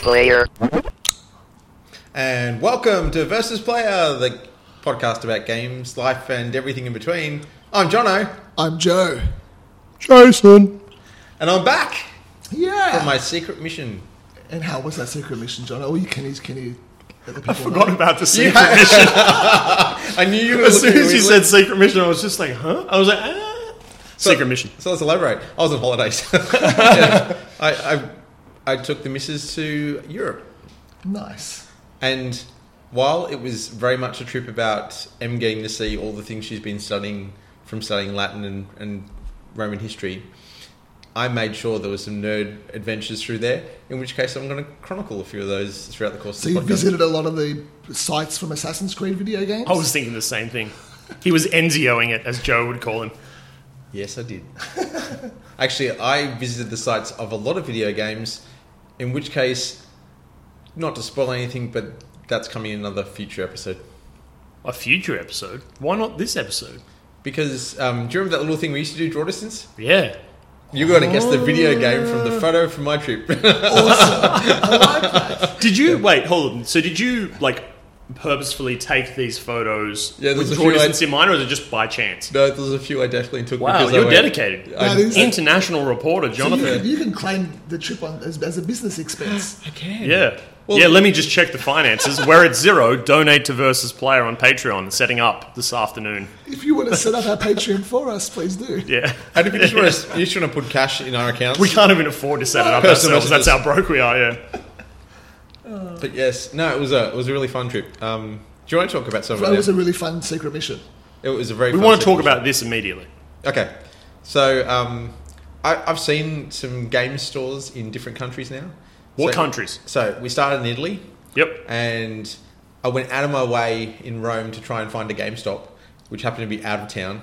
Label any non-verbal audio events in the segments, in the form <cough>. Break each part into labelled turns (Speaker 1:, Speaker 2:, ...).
Speaker 1: player.
Speaker 2: And welcome to Versus Player, the podcast about games, life, and everything in between. I'm Jono,
Speaker 3: I'm Joe.
Speaker 4: Jason.
Speaker 2: and I'm back
Speaker 3: Yeah.
Speaker 2: from my secret mission.
Speaker 3: and how was that secret mission, John? Oh, you Kenny's Kenny. Let the people
Speaker 4: Forgot
Speaker 3: know.
Speaker 4: about the
Speaker 2: You
Speaker 4: secret
Speaker 2: had- <laughs>
Speaker 4: mission.
Speaker 2: I knew you were
Speaker 4: <laughs> As soon
Speaker 2: looking
Speaker 4: as you
Speaker 2: at me.
Speaker 4: said secret mission, I was just like, huh? I was like, ah. Secret mission.
Speaker 2: So let's elaborate. I was on
Speaker 4: <laughs>
Speaker 2: holidays. <laughs> Yeah. I, I, I took the missus to Europe.
Speaker 3: Nice.
Speaker 2: And while it was very much a trip about M getting to see all the things she's been studying from studying Latin and, and Roman history, I made sure there was some nerd adventures through there, in which case I'm going to chronicle a few of those throughout the course
Speaker 3: So
Speaker 2: of
Speaker 3: you
Speaker 2: the podcast.
Speaker 3: visited a lot of the sites from Assassin's Creed video games.
Speaker 4: I was thinking the same thing. He was Enzioing it, as Joe would call him.
Speaker 2: Yes, I did. <laughs> Actually, I visited the sites of a lot of video games, in which case, not to spoil anything, but that's coming in another future episode.
Speaker 4: A future episode. Why not this episode?
Speaker 2: Because um, do you remember that little thing we used to do, draw distance?
Speaker 4: Yeah.
Speaker 2: You're going to guess the video game from the photo from my trip. <laughs>
Speaker 4: Did you wait? Hold on. So did you like purposefully take these photos
Speaker 2: Yeah, there's
Speaker 4: with
Speaker 2: a
Speaker 4: draw
Speaker 2: few I-
Speaker 4: distance in mind, or is it just by chance?
Speaker 2: no, there's a few I definitely took.
Speaker 4: Wow,
Speaker 2: because I
Speaker 4: you're
Speaker 2: went-
Speaker 4: dedicated.
Speaker 2: I-
Speaker 3: That is-
Speaker 4: International
Speaker 3: So
Speaker 4: reporter
Speaker 3: you,
Speaker 4: Jonathan.
Speaker 3: can- you can claim the trip on as, as a business
Speaker 4: <gasps>
Speaker 3: expense.
Speaker 4: Yeah.
Speaker 2: Well-
Speaker 4: yeah, let me just check the finances. We're at zero. Donate to Versus Player on Patreon, setting up this afternoon.
Speaker 3: if you want to set up our Patreon for us, please do.
Speaker 4: Yeah.
Speaker 2: and if you just want to, <laughs> you just want to put cash in our accounts.
Speaker 4: We can't even afford to set it up
Speaker 2: Personal
Speaker 4: ourselves. That's how broke we are, yeah.
Speaker 2: But yes, no, it was a it was a really fun trip. Um, do you want to talk about something?
Speaker 3: That was
Speaker 2: else?
Speaker 3: a really fun secret mission.
Speaker 2: It was a very.
Speaker 4: We
Speaker 2: fun
Speaker 4: want to
Speaker 2: trip.
Speaker 4: talk about this immediately.
Speaker 2: Okay, so um, I, I've seen some game stores in different countries now.
Speaker 4: What
Speaker 2: So-
Speaker 4: countries?
Speaker 2: So we started in Italy,
Speaker 4: Yep.
Speaker 2: and I went out of my way in Rome to try and find a GameStop, which happened to be out of town.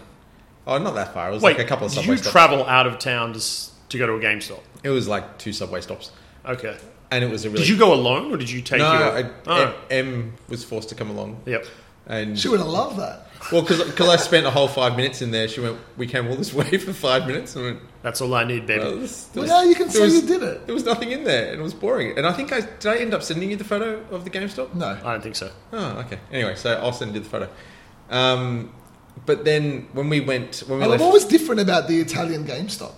Speaker 2: Oh, not that far. It was
Speaker 4: Wait,
Speaker 2: like a couple of
Speaker 4: did
Speaker 2: subway
Speaker 4: you
Speaker 2: stops.
Speaker 4: travel out of town to, s- to go to a GameStop?
Speaker 2: it was like two subway stops,
Speaker 4: Okay.
Speaker 2: and it was a really.
Speaker 4: Did you go alone, or did you take
Speaker 2: no,
Speaker 4: your...
Speaker 2: I,
Speaker 4: Oh.
Speaker 2: M, M was forced to come along,
Speaker 4: Yep.
Speaker 2: and
Speaker 3: She would have loved that.
Speaker 2: well, because I spent a whole five minutes in there. She went, "We came all this <laughs> way for five minutes," and I went,
Speaker 4: That's all I need, baby.
Speaker 2: "Well, this-
Speaker 3: Well,
Speaker 2: this-
Speaker 3: now you can
Speaker 2: there
Speaker 3: say
Speaker 2: was-
Speaker 3: you did it.
Speaker 2: There was nothing in there, and it was boring. And I think I did. I end up sending you the photo of the GameStop.
Speaker 3: No.
Speaker 4: I don't think so.
Speaker 2: Oh, okay. Anyway, so I'll send you the photo. Um, but then when we went, when we
Speaker 3: And
Speaker 2: left,
Speaker 3: what was different about the Italian GameStop?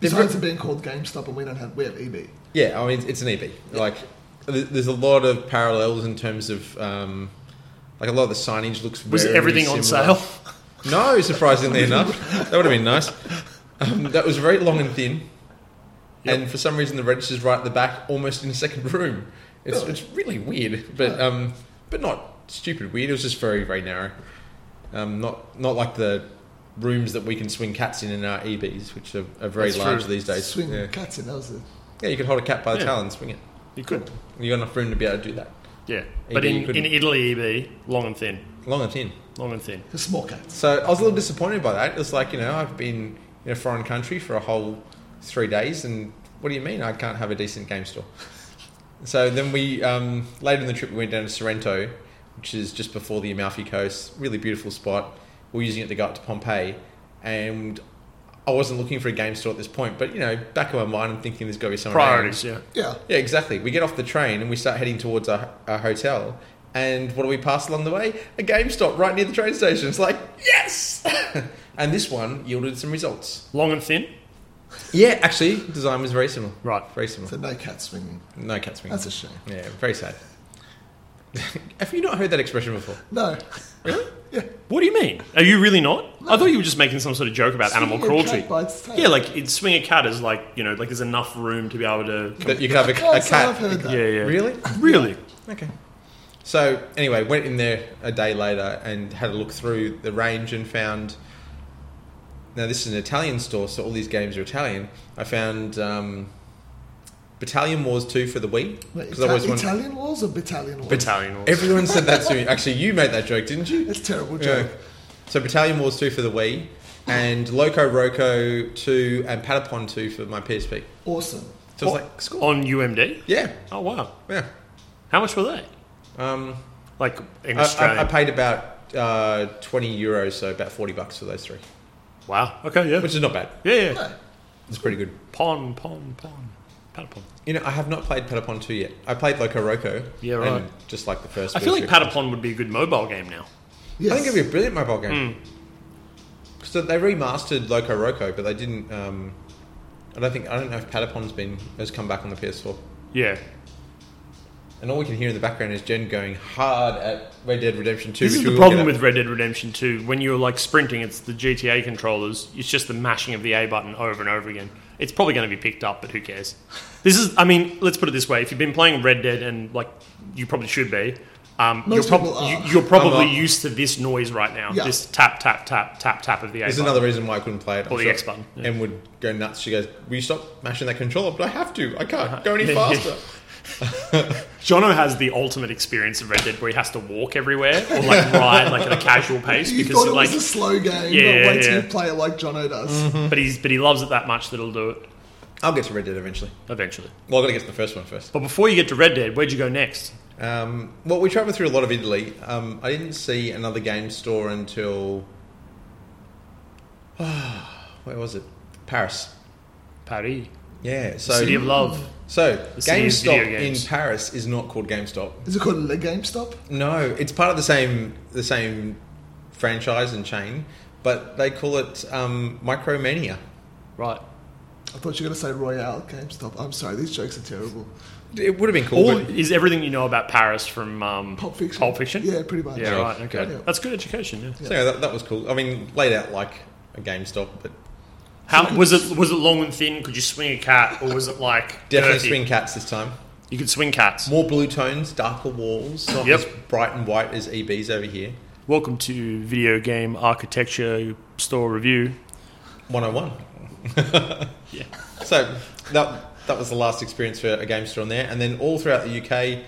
Speaker 3: Besides
Speaker 2: Different-
Speaker 3: it being called GameStop and we don't have E we have EB.
Speaker 2: yeah, I mean, it's an EB. Like, th- there's a lot of parallels in terms of, um, like, a lot of the signage looks.
Speaker 4: Was
Speaker 2: very
Speaker 4: everything on
Speaker 2: similar.
Speaker 4: sale?
Speaker 2: <laughs>
Speaker 4: <laughs>
Speaker 2: No, surprisingly enough, that would have been nice. Um, that was very long and thin, and for some reason the register's right at the back, almost in a second room.
Speaker 4: Oh.
Speaker 2: It's, it's really weird, but um, but not stupid weird. It was just very very narrow. Um, not not like the rooms that we can swing cats in in our EBs, which are, are very
Speaker 4: That's
Speaker 2: large
Speaker 4: true.
Speaker 2: these days.
Speaker 3: Swing
Speaker 2: yeah.
Speaker 3: cats in. That was a
Speaker 2: yeah, you could hold a cat by the
Speaker 4: Yeah.
Speaker 2: tail and swing it.
Speaker 4: You could.
Speaker 2: You got enough room to be able to do that.
Speaker 4: Yeah. But
Speaker 2: EB,
Speaker 4: in,
Speaker 2: you couldn't.
Speaker 4: in Italy, EB, long and thin.
Speaker 2: Long and thin.
Speaker 4: Long and thin.
Speaker 3: the small cats.
Speaker 2: So I was a little disappointed by that. It's like, you know, I've been in a foreign country for a whole three days, and what do you mean I can't have a decent game store? So then we, um, later in the trip, we went down to Sorrento, which is just before the Amalfi Coast, really beautiful spot. We're using it to go up to Pompeii, and I wasn't looking for a game store at this point, but you know, back of my mind, I'm thinking there's got to be somewhere.
Speaker 4: Priorities, yeah.
Speaker 3: Yeah.
Speaker 2: Yeah, exactly. We get off the train and we start heading towards our, our hotel. And what do we pass along the way? A GameStop right near the train station. It's like, yes! <laughs> and this one yielded some results.
Speaker 4: Long and thin?
Speaker 2: Yeah, actually, design was very similar.
Speaker 4: Right.
Speaker 2: Very
Speaker 3: So
Speaker 2: similar.
Speaker 3: no cat swinging.
Speaker 2: No cat swing.
Speaker 3: That's a shame.
Speaker 2: Yeah, very sad. <laughs> Have you not heard that expression before?
Speaker 3: No.
Speaker 4: What do you mean? Are you really not? I thought you were just making some sort of joke about
Speaker 3: Swinging
Speaker 4: animal
Speaker 3: a cat
Speaker 4: cruelty.
Speaker 3: by its tail.
Speaker 4: Yeah, like it, swing a cat is like you know, like there's enough room to be able to.
Speaker 2: <laughs> That you could have a, a
Speaker 3: Yes,
Speaker 2: cat.
Speaker 3: I've heard that.
Speaker 4: Yeah, yeah.
Speaker 2: Really?
Speaker 4: Really?
Speaker 2: Okay. So anyway, went in there a day later and had a look through the range and found. Now this is an Italian store, so all these games are Italian. I found um, Battalion Wars Two for the Wii
Speaker 3: Wait,
Speaker 2: I
Speaker 3: Ita-
Speaker 2: always wanted-
Speaker 3: Italian walls or battalion walls?
Speaker 4: Battalion wars.
Speaker 2: Everyone said that to me. Actually, you made that joke, didn't you?
Speaker 3: It's a terrible
Speaker 2: Yeah.
Speaker 3: joke.
Speaker 2: So Battalion Wars Two for the Wii, and Loco Roco Two and Patapon Two for my PSP.
Speaker 3: Awesome.
Speaker 2: So it's like school.
Speaker 4: on UMD.
Speaker 2: Yeah,
Speaker 4: Oh wow!
Speaker 2: yeah.
Speaker 4: How much were they?
Speaker 2: Um,
Speaker 4: Like in
Speaker 2: I,
Speaker 4: Australia?
Speaker 2: I, I paid about uh, twenty euros, so about forty bucks for those three.
Speaker 4: wow. Okay. Yeah.
Speaker 2: which is not bad.
Speaker 4: yeah. Yeah.
Speaker 3: No.
Speaker 2: It's pretty good.
Speaker 4: Pon pon pon. Patapon.
Speaker 2: You know, I have not played Patapon 2 yet. I played Loco Roco.
Speaker 4: Yeah, right.
Speaker 2: And just like the first
Speaker 4: I feel like
Speaker 2: version.
Speaker 4: Patapon would be a good mobile game now.
Speaker 3: Yes.
Speaker 2: I think it'd be a brilliant mobile game.
Speaker 4: Hmm.
Speaker 2: So they remastered Loco Roco, but they didn't. Um, I don't think I don't know if Patapon's been has come back on the PS4.
Speaker 4: Yeah.
Speaker 2: And all we can hear in the background is Jen going hard at Red Dead Redemption Two.
Speaker 4: This
Speaker 2: which
Speaker 4: is
Speaker 2: we
Speaker 4: the
Speaker 2: will
Speaker 4: problem
Speaker 2: get
Speaker 4: with
Speaker 2: at.
Speaker 4: Red Dead Redemption 2. When you're like sprinting, it's the GTA controllers. It's just the mashing of the A button over and over again. It's probably going to be picked up, but who cares? This is, I mean, let's put it this way: if you've been playing Red Dead and like you probably should be, um,
Speaker 3: Most
Speaker 4: you're,
Speaker 3: people are.
Speaker 4: you, you're probably
Speaker 2: I'm not.
Speaker 4: used to this noise right now.
Speaker 3: Yeah.
Speaker 4: This tap tap tap tap tap of the A
Speaker 2: This is
Speaker 4: button.
Speaker 2: another reason why I couldn't play it. I'm
Speaker 4: Or the
Speaker 2: sure
Speaker 4: X button, yeah.
Speaker 2: And would go nuts. She goes, "Will you stop mashing that controller?" But I have to. I can't go
Speaker 4: Uh-huh. <laughs> Yeah.
Speaker 2: any faster.
Speaker 4: Jono has the ultimate experience of Red Dead, where he has to walk everywhere or like ride like at a casual
Speaker 3: <laughs>
Speaker 4: pace
Speaker 3: You
Speaker 4: because
Speaker 3: thought it
Speaker 4: like,
Speaker 3: was a slow game,
Speaker 4: Yeah,
Speaker 3: but wait till
Speaker 4: yeah. Mm-hmm.
Speaker 3: you play it like Jono does.
Speaker 4: but he's but he loves it that much that he'll do it
Speaker 2: I'll get to Red Dead eventually.
Speaker 4: eventually.
Speaker 2: Well, I've got to get to the first one first.
Speaker 4: But before you get to Red Dead, where'd you go next?
Speaker 2: Um, well, we travelled through a lot of Italy. Um, I didn't see another game store until <sighs> where was it? Paris.
Speaker 4: Paris,
Speaker 2: Yeah. So Mm.
Speaker 4: City of Love.
Speaker 2: so
Speaker 4: city of
Speaker 2: GameStop
Speaker 4: video
Speaker 2: in
Speaker 4: games.
Speaker 2: Paris is not called GameStop.
Speaker 3: Is it called a GameStop?
Speaker 2: No, it's part of the same the same franchise and chain, but they call it um, Micromania.
Speaker 4: Right.
Speaker 3: I thought you were going to say Royale GameStop. I'm sorry, these jokes are terrible.
Speaker 2: It would have been cool.
Speaker 4: All
Speaker 2: but
Speaker 4: is everything you know about Paris from um,
Speaker 3: Pulp Fiction.
Speaker 4: Pulp Fiction.
Speaker 3: Yeah, pretty much.
Speaker 4: Yeah,
Speaker 2: Yeah.
Speaker 4: Right. Okay.
Speaker 3: Yeah.
Speaker 4: That's good education. Yeah.
Speaker 2: so yeah, that, that was cool. I mean, laid out like a GameStop, but
Speaker 4: How was it? Was it long and thin? Could you swing a cat, or was it
Speaker 2: <laughs>
Speaker 4: like
Speaker 2: definitely
Speaker 4: dirty?
Speaker 2: swing cats this time.
Speaker 4: You could swing cats.
Speaker 2: More blue tones, darker walls, not
Speaker 4: Yep.
Speaker 2: as bright and white as EB's over here.
Speaker 4: Welcome to video game architecture store review.
Speaker 2: 101.
Speaker 4: Yeah.
Speaker 2: So that that was the last experience for a game store on there, and then all throughout the UK,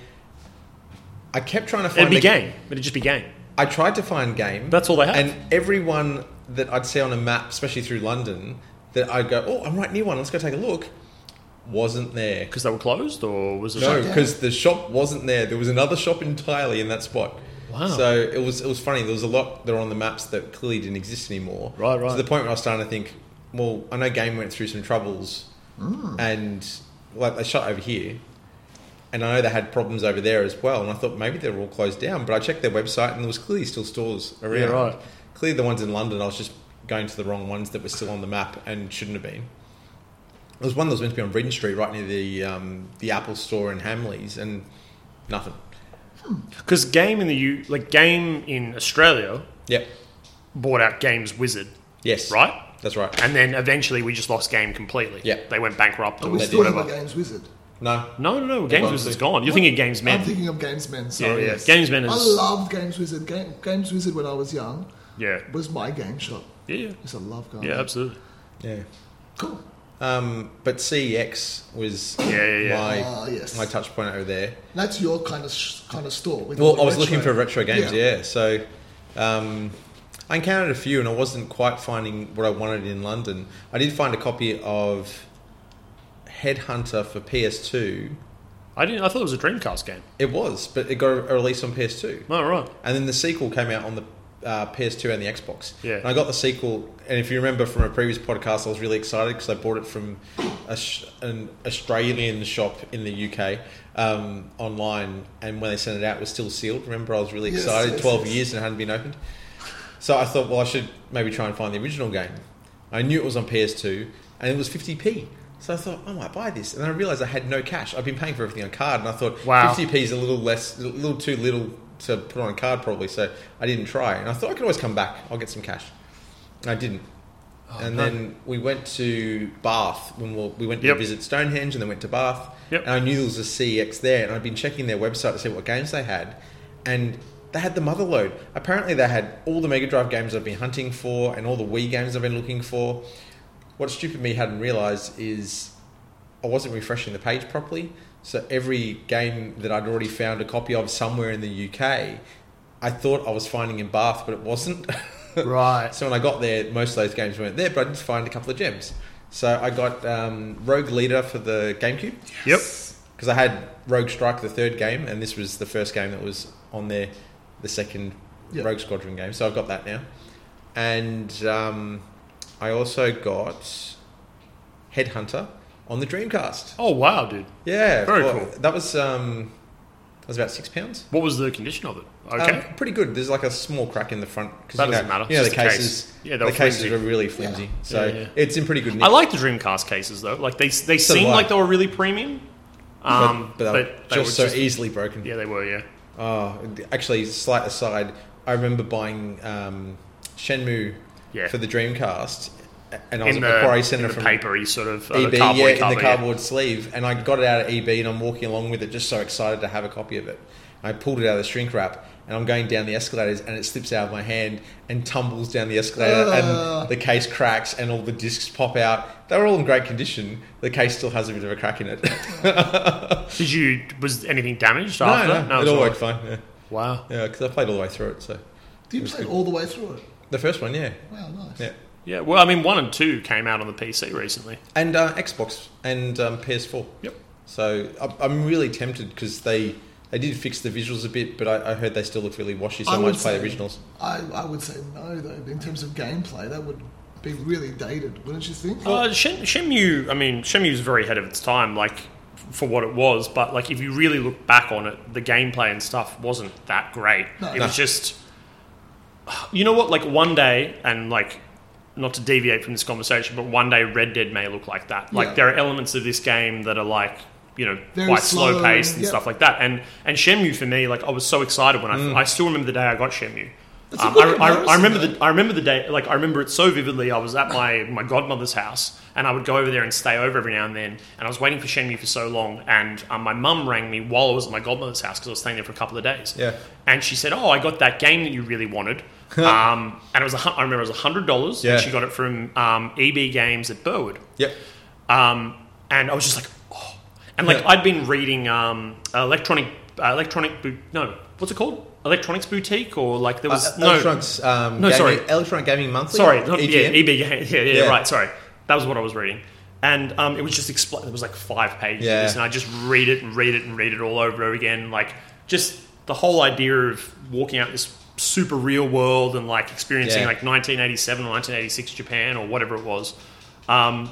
Speaker 2: I kept trying to find
Speaker 4: It'd be
Speaker 2: the-
Speaker 4: game. It'd just be game.
Speaker 2: I tried to find game.
Speaker 4: That's all they have.
Speaker 2: And everyone that I'd see on a map, especially through London, that I'd go, oh, I'm right near one. Let's go take a look. Wasn't there.
Speaker 4: Because they were closed, or was it?
Speaker 2: No,
Speaker 3: down.
Speaker 2: because the shop wasn't there. There was another shop entirely in that spot.
Speaker 4: Wow.
Speaker 2: So it was it was funny. There was a lot that were on the maps that clearly didn't exist anymore.
Speaker 4: Right, right.
Speaker 2: To the point where I was starting to think, well, I know Game went through some troubles,
Speaker 4: Mm.
Speaker 2: and like they shut over here, and I know they had problems over there as well. And I thought maybe they were all closed down, but I checked their website and there was clearly still stores around.
Speaker 4: Yeah, right.
Speaker 2: Clearly, the ones in London, I was just going to the wrong ones that were still on the map and shouldn't have been. There was one that was meant to be on Regent Street, right near the um, the Apple Store in Hamleys, and nothing.
Speaker 4: Because game in the U, like game in Australia,
Speaker 2: Yep.
Speaker 4: bought out Games Wizard,
Speaker 2: Yes.
Speaker 4: right?
Speaker 2: That's right.
Speaker 4: And then eventually we just lost game completely.
Speaker 2: Yeah.
Speaker 4: They went bankrupt
Speaker 3: Are
Speaker 4: or
Speaker 3: we still have
Speaker 4: whatever.
Speaker 3: a Games Wizard?
Speaker 2: No.
Speaker 4: No, no, no. Games
Speaker 2: won't
Speaker 4: Wizard's
Speaker 2: be.
Speaker 4: gone. You're thinking Games Men.
Speaker 3: I'm thinking of Games Men,
Speaker 4: yeah,
Speaker 3: sorry.
Speaker 4: yeah.
Speaker 3: yes.
Speaker 4: Games Men
Speaker 3: I
Speaker 4: is.
Speaker 3: love Games Wizard. Game, Games Wizard when I was young
Speaker 4: Yeah.
Speaker 3: was my game shop.
Speaker 4: Yeah, yeah.
Speaker 3: It's a love game.
Speaker 4: Yeah, absolutely.
Speaker 2: Yeah.
Speaker 3: Cool.
Speaker 2: Um, but CEX was
Speaker 4: Yeah, yeah, yeah.
Speaker 2: my
Speaker 3: Ah, yes.
Speaker 2: my touch point over there.
Speaker 3: That's your kind of sh- kind of store. with all
Speaker 2: Well,
Speaker 3: the
Speaker 2: I was
Speaker 3: retro.
Speaker 2: looking for retro games, yeah. So um, I encountered a few, and I wasn't quite finding what I wanted in London. I did find a copy of Headhunter for PS2.
Speaker 4: I didn't. I thought it was a Dreamcast game.
Speaker 2: It was, but it got a release on PS2.
Speaker 4: Oh, right.
Speaker 2: And then the sequel came out on the uh, PS2 and the Xbox.
Speaker 4: Yeah.
Speaker 2: And I got the sequel, and if you remember from a previous podcast, I was really excited because I bought it from a sh- an Australian shop in the UK um, online, and when they sent it out, it was still sealed. Remember, I was really
Speaker 3: Yes,
Speaker 2: excited.
Speaker 3: yes,
Speaker 2: Twelve
Speaker 3: yes.
Speaker 2: years and it hadn't been opened. So I thought, well, I should maybe try and find the original game. I knew it was on PS2, and it was 50p. So I thought I might buy this, and then I realized I had no cash. I've been paying for everything on card, and I thought
Speaker 4: Wow.
Speaker 2: 50p is a little less, a little too little to put on a card probably. So I didn't try, and I thought I could always come back. I'll get some cash. And I didn't. and
Speaker 4: Oh, no.
Speaker 2: then we went to Bath when we, we went to
Speaker 4: Yep.
Speaker 2: visit Stonehenge, and then went to Bath.
Speaker 4: Yep.
Speaker 2: And I knew there was a CEX there, and I'd been checking their website to see what games they had, and they had the mother load. Apparently, they had all the Mega Drive games I've been hunting for, and all the Wii games I've been looking for. What stupid me hadn't realised is I wasn't refreshing the page properly. So every game that I'd already found a copy of somewhere in the UK, I thought I was finding in Bath, but it wasn't. <laughs>
Speaker 4: Right.
Speaker 2: So when I got there, most of those games weren't there, but I did find a couple of gems. So I got um, Rogue Leader for the GameCube
Speaker 4: Yep.
Speaker 2: because I had Rogue Strike the third game, and this was the first game that was on there, the second
Speaker 3: Yeah.
Speaker 2: Rogue Squadron game. So I've got that now, and um, I also got Headhunter on the Dreamcast.
Speaker 4: Oh wow, dude!
Speaker 2: Yeah,
Speaker 4: Very
Speaker 2: well,
Speaker 4: cool.
Speaker 2: That was um, that was about six pounds.
Speaker 4: What was the condition of it? Okay.
Speaker 2: Um, pretty good. There's like a small crack in the front because
Speaker 4: That
Speaker 2: you know,
Speaker 4: doesn't matter.
Speaker 2: You know
Speaker 4: It's
Speaker 2: the
Speaker 4: just a
Speaker 2: cases.
Speaker 4: case. Yeah, they
Speaker 2: the
Speaker 4: were
Speaker 2: cases
Speaker 4: flimsy.
Speaker 2: are really flimsy, so
Speaker 4: Yeah, yeah.
Speaker 2: it's in pretty good. Nick.
Speaker 4: I like the Dreamcast cases though. Like they they
Speaker 2: So do
Speaker 4: seemed
Speaker 2: I.
Speaker 4: like they were really premium.
Speaker 2: but,
Speaker 4: Um, but,
Speaker 2: but they were
Speaker 4: they
Speaker 2: just so
Speaker 4: were just,
Speaker 2: easily broken.
Speaker 4: yeah, they were. Yeah.
Speaker 2: Oh, actually, slight aside. I remember buying um, Shenmue
Speaker 4: Yeah.
Speaker 2: for the Dreamcast, and I was
Speaker 4: In
Speaker 2: at
Speaker 4: the,
Speaker 2: Macquarie Centre
Speaker 4: in the
Speaker 2: from
Speaker 4: papery sort of uh,
Speaker 2: EB,
Speaker 4: the cardboard
Speaker 2: E yeah, in
Speaker 4: cover,
Speaker 2: the cardboard sleeve, and I got it out of EB, and I'm walking along with it, just so excited to have a copy of it. And I pulled it out of the shrink wrap, and I'm going down the escalators, and it slips out of my hand and tumbles down the escalator,
Speaker 3: Ugh.
Speaker 2: and the case cracks, and all the discs pop out. They were all in great condition. The case still has a bit of a crack in it. <laughs>
Speaker 4: Yeah. Did you was anything damaged
Speaker 2: no, no,
Speaker 4: after? that?
Speaker 2: it
Speaker 4: it's
Speaker 2: all
Speaker 4: all-
Speaker 2: worked fine. Yeah,
Speaker 4: Wow.
Speaker 2: yeah, because I played all the way through it. So
Speaker 3: Do you play all the way through it?
Speaker 2: the first one, yeah,
Speaker 3: Wow, nice.
Speaker 2: yeah,
Speaker 4: Yeah. Well, I mean, one and two came out on the PC recently.
Speaker 2: and uh, Xbox and um, PS4.
Speaker 4: Yep.
Speaker 2: So I- I'm really tempted because they they did fix the visuals a bit, but I, I heard they still look really washy. So
Speaker 3: I
Speaker 2: I,
Speaker 3: would
Speaker 2: might play
Speaker 3: say-
Speaker 2: originals.
Speaker 3: I, I would say no, though. In terms of gameplay, that would be really dated, wouldn't you think?
Speaker 4: Uh, Shen, Shenmue, I mean, Shenmue's very ahead of its time, like for what it was. But like, if you really look back on it, the gameplay and stuff wasn't that great.
Speaker 3: No.
Speaker 4: it
Speaker 2: No.
Speaker 4: was just, you know what? Like one day, and like, not to deviate from this conversation, but one day Red Dead may look like that. Like
Speaker 3: Yeah.
Speaker 4: there are elements of this game that are like. You know,
Speaker 3: Very
Speaker 4: quite
Speaker 3: slow,
Speaker 4: slow paced and
Speaker 3: yep.
Speaker 4: stuff like that, and and Shenmue for me, like I was so excited when I, I still remember the day I got Shenmue.
Speaker 3: Mm. That's a
Speaker 4: Um,
Speaker 3: good
Speaker 4: I, I, I
Speaker 3: comparison,
Speaker 4: remember
Speaker 3: though.
Speaker 4: the I remember the day, like I remember it so vividly. I was at my, my godmother's house, and I would go over there and stay over every now and then. And I was waiting for Shenmue for so long, and um, my mum rang me while I was at my godmother's house because I was staying there for a couple of days.
Speaker 2: Yeah.
Speaker 4: and she said, "Oh, I got that game that you really wanted."
Speaker 2: <laughs>
Speaker 4: um, and it was a, hun- I remember it was hundred dollars,
Speaker 2: Yeah.
Speaker 4: and she got it from um, EB Games at Burwood.
Speaker 2: Yep.
Speaker 4: Um, and I was just like, oh. And like,
Speaker 2: Yeah.
Speaker 4: I'd been reading um, electronic, uh, electronic, boot, no, what's it called? Electronics Boutique or like there was,
Speaker 2: Uh,
Speaker 4: no.
Speaker 2: Electronics, um,
Speaker 4: No,
Speaker 2: gaming,
Speaker 4: sorry.
Speaker 2: Electronic Gaming Monthly. E
Speaker 4: Sorry, not, yeah,
Speaker 3: E
Speaker 2: EGM.
Speaker 4: EB game. Yeah, yeah,
Speaker 2: Yeah.
Speaker 4: right. Sorry, that was what I was reading, and um, it was just expl- it was like five pages,
Speaker 2: Yeah.
Speaker 4: and I just read it and read it and read it all over and over again. Like just the whole idea of walking out this super real world and like experiencing
Speaker 2: Yeah.
Speaker 4: like 1987 or 1986 Japan or whatever it was, um,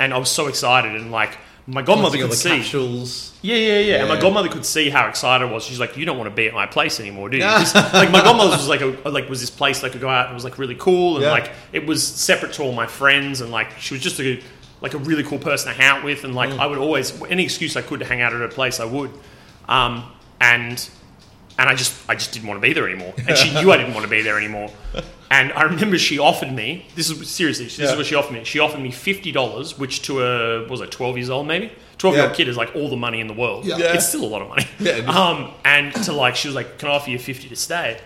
Speaker 4: and I was so excited and like my godmother
Speaker 2: Something
Speaker 4: could
Speaker 2: of the
Speaker 4: see.
Speaker 3: <laughs>
Speaker 2: capsules.
Speaker 4: Yeah, yeah, yeah, And my
Speaker 2: Yeah.
Speaker 4: godmother could see how excited I was. She's like, "You don't want to be at my place anymore, do you?" 'Cause, like my godmother's was like, a, like was this place that I could go out and it was like really cool and
Speaker 2: Yeah.
Speaker 4: like it was separate to all my friends and like she was just a like a really cool person to hang out with and like
Speaker 2: Mm.
Speaker 4: I would always any excuse I could to hang out at her place I would, um, and and I just I just didn't want to be there anymore. And she knew I didn't want to be there
Speaker 2: <laughs>
Speaker 4: anymore. And I remember she offered me this is seriously this is
Speaker 2: Yeah.
Speaker 4: what she offered me. She offered me fifty dollars, which to a what was I twelve years old maybe twelve year old
Speaker 2: Yeah.
Speaker 4: kid is like all the money in the world.
Speaker 3: Yeah.
Speaker 2: Yeah.
Speaker 4: It's still a lot of money.
Speaker 2: Yeah, it is.
Speaker 4: um, and to like she was like, can I offer you fifty to stay?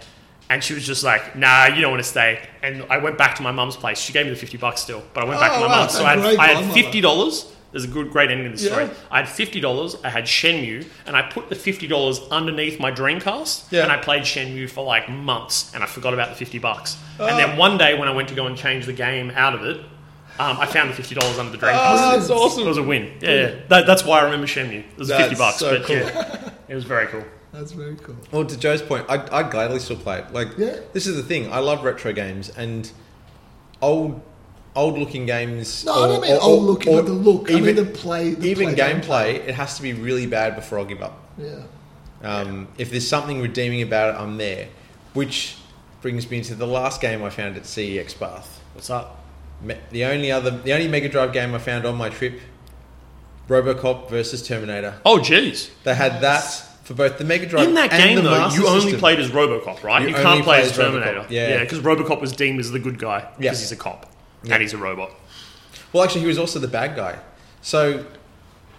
Speaker 4: And she was just like, nah, you don't want to stay. And I went back to my mum's place. She gave me the fifty bucks still, but I went back to
Speaker 3: Oh,
Speaker 4: my
Speaker 3: wow,
Speaker 4: mum's. So I
Speaker 3: that's
Speaker 4: had,
Speaker 3: great
Speaker 4: I had
Speaker 3: grandmother.
Speaker 4: fifty dollars. There's a good, great ending to the story.
Speaker 3: Yeah.
Speaker 4: I had fifty dollars. I had Shenmue, and I put the fifty dollars underneath my Dreamcast,
Speaker 2: Yeah.
Speaker 4: and I played Shenmue for like months, and I forgot about the fifty bucks. And then one day, when I went to go and change the game out of it, um, I found the fifty dollars under the Dreamcast.
Speaker 2: Oh, that's awesome.
Speaker 4: It was a win. Yeah, yeah. That, that's why I remember Shenmue. It was
Speaker 2: That's
Speaker 4: fifty bucks,
Speaker 2: so
Speaker 4: but
Speaker 2: cool.
Speaker 4: yeah, it was very cool.
Speaker 3: That's very cool.
Speaker 2: Well, to Joe's point, I'd, I'd gladly still play it. Like,
Speaker 3: Yeah.
Speaker 2: this is the thing. I love retro games and old, old-looking games.
Speaker 3: No, I don't mean old looking
Speaker 2: or
Speaker 3: at the look. I mean
Speaker 2: even-
Speaker 3: the play. The
Speaker 2: even
Speaker 3: play
Speaker 2: gameplay, it has to be really bad before I'll give up.
Speaker 3: Yeah.
Speaker 2: Um, If there's something redeeming about it, I'm there. Which brings me to the last game I found at CEX Bath.
Speaker 4: What's up?
Speaker 2: Me- The only other, the only Mega Drive game I found on my trip, RoboCop versus Terminator.
Speaker 4: Oh, jeez.
Speaker 2: They had that for both the Mega Drive
Speaker 4: In that
Speaker 2: and
Speaker 4: game,
Speaker 2: the
Speaker 4: though,
Speaker 2: Master
Speaker 4: you only
Speaker 2: System.
Speaker 4: played as RoboCop, right? You,
Speaker 2: You
Speaker 4: can't
Speaker 2: only
Speaker 4: play
Speaker 2: play
Speaker 4: as
Speaker 2: as RoboCop,
Speaker 4: Terminator.
Speaker 2: yeah.
Speaker 4: Yeah, because RoboCop was deemed as the good guy because
Speaker 2: Yeah.
Speaker 4: he's a cop
Speaker 2: Yeah.
Speaker 4: and he's a robot.
Speaker 2: Well, actually, he was also the bad guy. So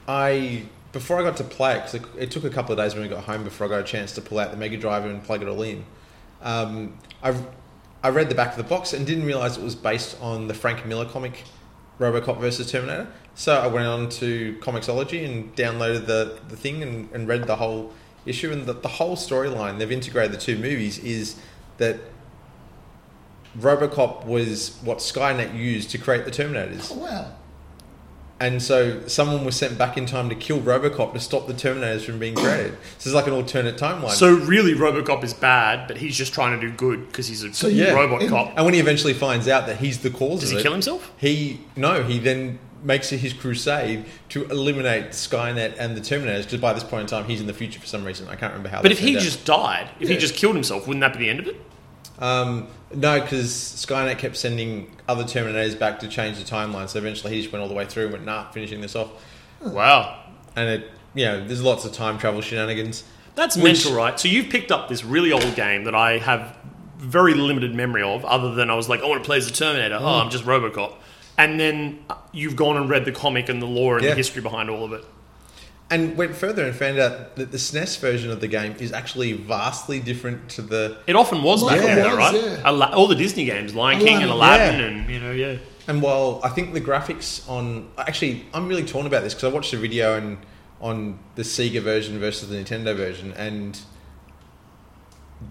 Speaker 2: I before I got to play it because it, it took a couple of days when we got home before I got a chance to pull out the Mega Drive and plug it all in. Um, I I read the back of the box and didn't realize it was based on the Frank Miller comic RoboCop versus Terminator. So I went on to Comixology and downloaded the the thing and, and read the whole issue and the, the whole storyline. They've integrated the two movies is that. RoboCop was what Skynet used to create the Terminators.
Speaker 3: Oh, wow.
Speaker 2: And so someone was sent back in time to kill Robocop to stop the Terminators from being created. So it's like an alternate timeline.
Speaker 4: So really, RoboCop is bad, but he's just trying to do good because he's a
Speaker 3: So you-
Speaker 4: robot
Speaker 3: in-
Speaker 4: cop.
Speaker 2: and when he eventually finds out that he's the cause
Speaker 4: Does
Speaker 2: of
Speaker 4: he
Speaker 2: it,
Speaker 4: kill himself?
Speaker 2: He no, he then makes it his crusade to eliminate Skynet and the Terminators. Because by this point in time, he's in the future for some reason. I can't remember how.
Speaker 4: But
Speaker 2: that
Speaker 4: if he
Speaker 2: turned out.
Speaker 4: just died, if he
Speaker 2: Yeah.
Speaker 4: just killed himself, wouldn't that be the end of it?
Speaker 2: Um, no, because Skynet kept sending other Terminators back to change the timeline. So eventually he just went all the way through and went, nah, finishing this off.
Speaker 4: Wow.
Speaker 2: And it, you know, there's lots of time travel shenanigans.
Speaker 4: That's
Speaker 2: Which-
Speaker 4: mental, right? So you've picked up this really old game that I have very limited memory of, other than I was like, I want to play as the Terminator. Oh, I'm just Robocop. And then uh, you've gone and read the comic and the lore and
Speaker 2: Yeah.
Speaker 4: the history behind all of it.
Speaker 2: And went further and found out that the SNES version of the game is actually vastly different to the.
Speaker 4: It often was
Speaker 3: Well,
Speaker 4: back
Speaker 2: yeah,
Speaker 4: then, though,
Speaker 3: it
Speaker 4: right?
Speaker 3: was, yeah.
Speaker 4: Ala- all the Disney games, Lion King and
Speaker 2: Aladdin,
Speaker 4: Aladdin, and you know, yeah.
Speaker 2: And while I think the graphics on. Actually, I'm really torn about this because I watched a video and on the Sega version versus the Nintendo version, and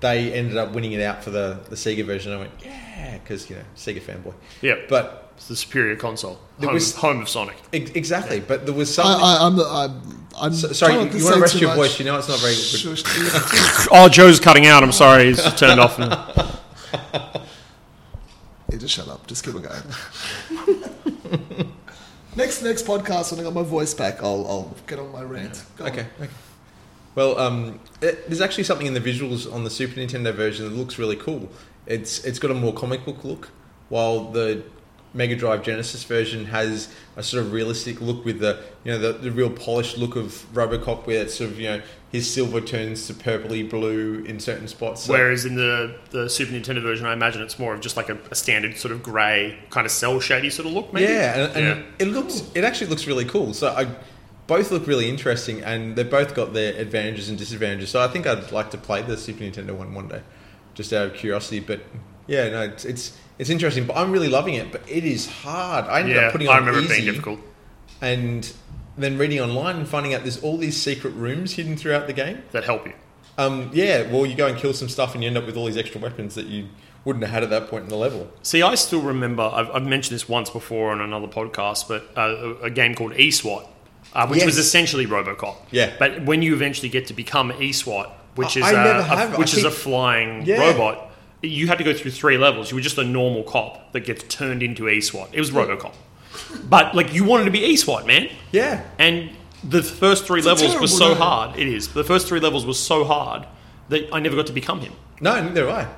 Speaker 2: they ended up winning it out for the, the Sega version. I went, yeah, because, you know, Sega fanboy.
Speaker 4: Yeah, but
Speaker 2: But
Speaker 4: it's the superior console.
Speaker 2: There
Speaker 4: Home,
Speaker 2: was-
Speaker 4: home of Sonic.
Speaker 2: Ex- Exactly, but there was
Speaker 3: I,
Speaker 2: something.
Speaker 3: I, I'm, the, I'm, I'm
Speaker 2: So- sorry,
Speaker 3: trying
Speaker 2: you,
Speaker 3: not
Speaker 2: want
Speaker 3: to say
Speaker 2: to rest
Speaker 3: too
Speaker 2: your
Speaker 3: much.
Speaker 2: voice. You know it's not very good.
Speaker 3: <laughs> Shush, dude.
Speaker 4: <laughs> Oh, Joe's cutting out. I'm sorry. It's just turned <laughs> off. now.
Speaker 3: yeah, just shut up. Just keep on going. <laughs> next next podcast, when I got my voice back, I'll, I'll get on my rant. Go on.
Speaker 2: Okay, okay. Well, um, it, there's actually something in the visuals on the Super Nintendo version that looks really cool. It's it's got a more comic book look, while the Mega Drive Genesis version has a sort of realistic look with the you know the, the real polished look of Robocop, where it's sort of you know his silver turns to purpley blue in certain spots. So-
Speaker 4: Whereas in the, the Super Nintendo version, I imagine it's more of just like a, a standard sort of grey, kind of cell shady sort of look, maybe?
Speaker 2: Yeah, and, and
Speaker 4: Yeah.
Speaker 2: it looks it actually looks really cool. So I both look really interesting, and they both got their advantages and disadvantages. So I think I'd like to play the Super Nintendo one one day, just out of curiosity. But yeah, no, it's it's, it's interesting. But I'm really loving it. But it is hard. I ended
Speaker 4: Yeah,
Speaker 2: up putting on
Speaker 4: I remember
Speaker 2: easy,
Speaker 4: it being difficult.
Speaker 2: and then reading online and finding out there's all these secret rooms hidden throughout the game.
Speaker 4: That help you.
Speaker 2: Um, yeah, well, you go and kill some stuff, and you end up with all these extra weapons that you wouldn't have had at that point in the level.
Speaker 4: See, I still remember, I've, I've mentioned this once before on another podcast, but uh, a, a game called eSWAT, uh, which
Speaker 2: Yes.
Speaker 4: was essentially Robocop.
Speaker 2: Yeah.
Speaker 4: But when you eventually get to become eSWAT, which
Speaker 2: I-
Speaker 4: is,
Speaker 2: I
Speaker 4: a,
Speaker 2: never
Speaker 4: a-
Speaker 2: have. I
Speaker 4: which is a
Speaker 2: keep-
Speaker 4: flying
Speaker 2: Yeah.
Speaker 4: robot, you had to go through three levels. You were just a normal cop that gets turned into eSWAT. It was Robocop. But, like, you wanted to be eSWAT, man.
Speaker 2: Yeah,
Speaker 4: And the first three
Speaker 3: a
Speaker 4: levels were
Speaker 3: terrible
Speaker 4: so
Speaker 3: game.
Speaker 4: hard. It is. The first three levels were so hard that I never got to become him.
Speaker 2: No, neither have I.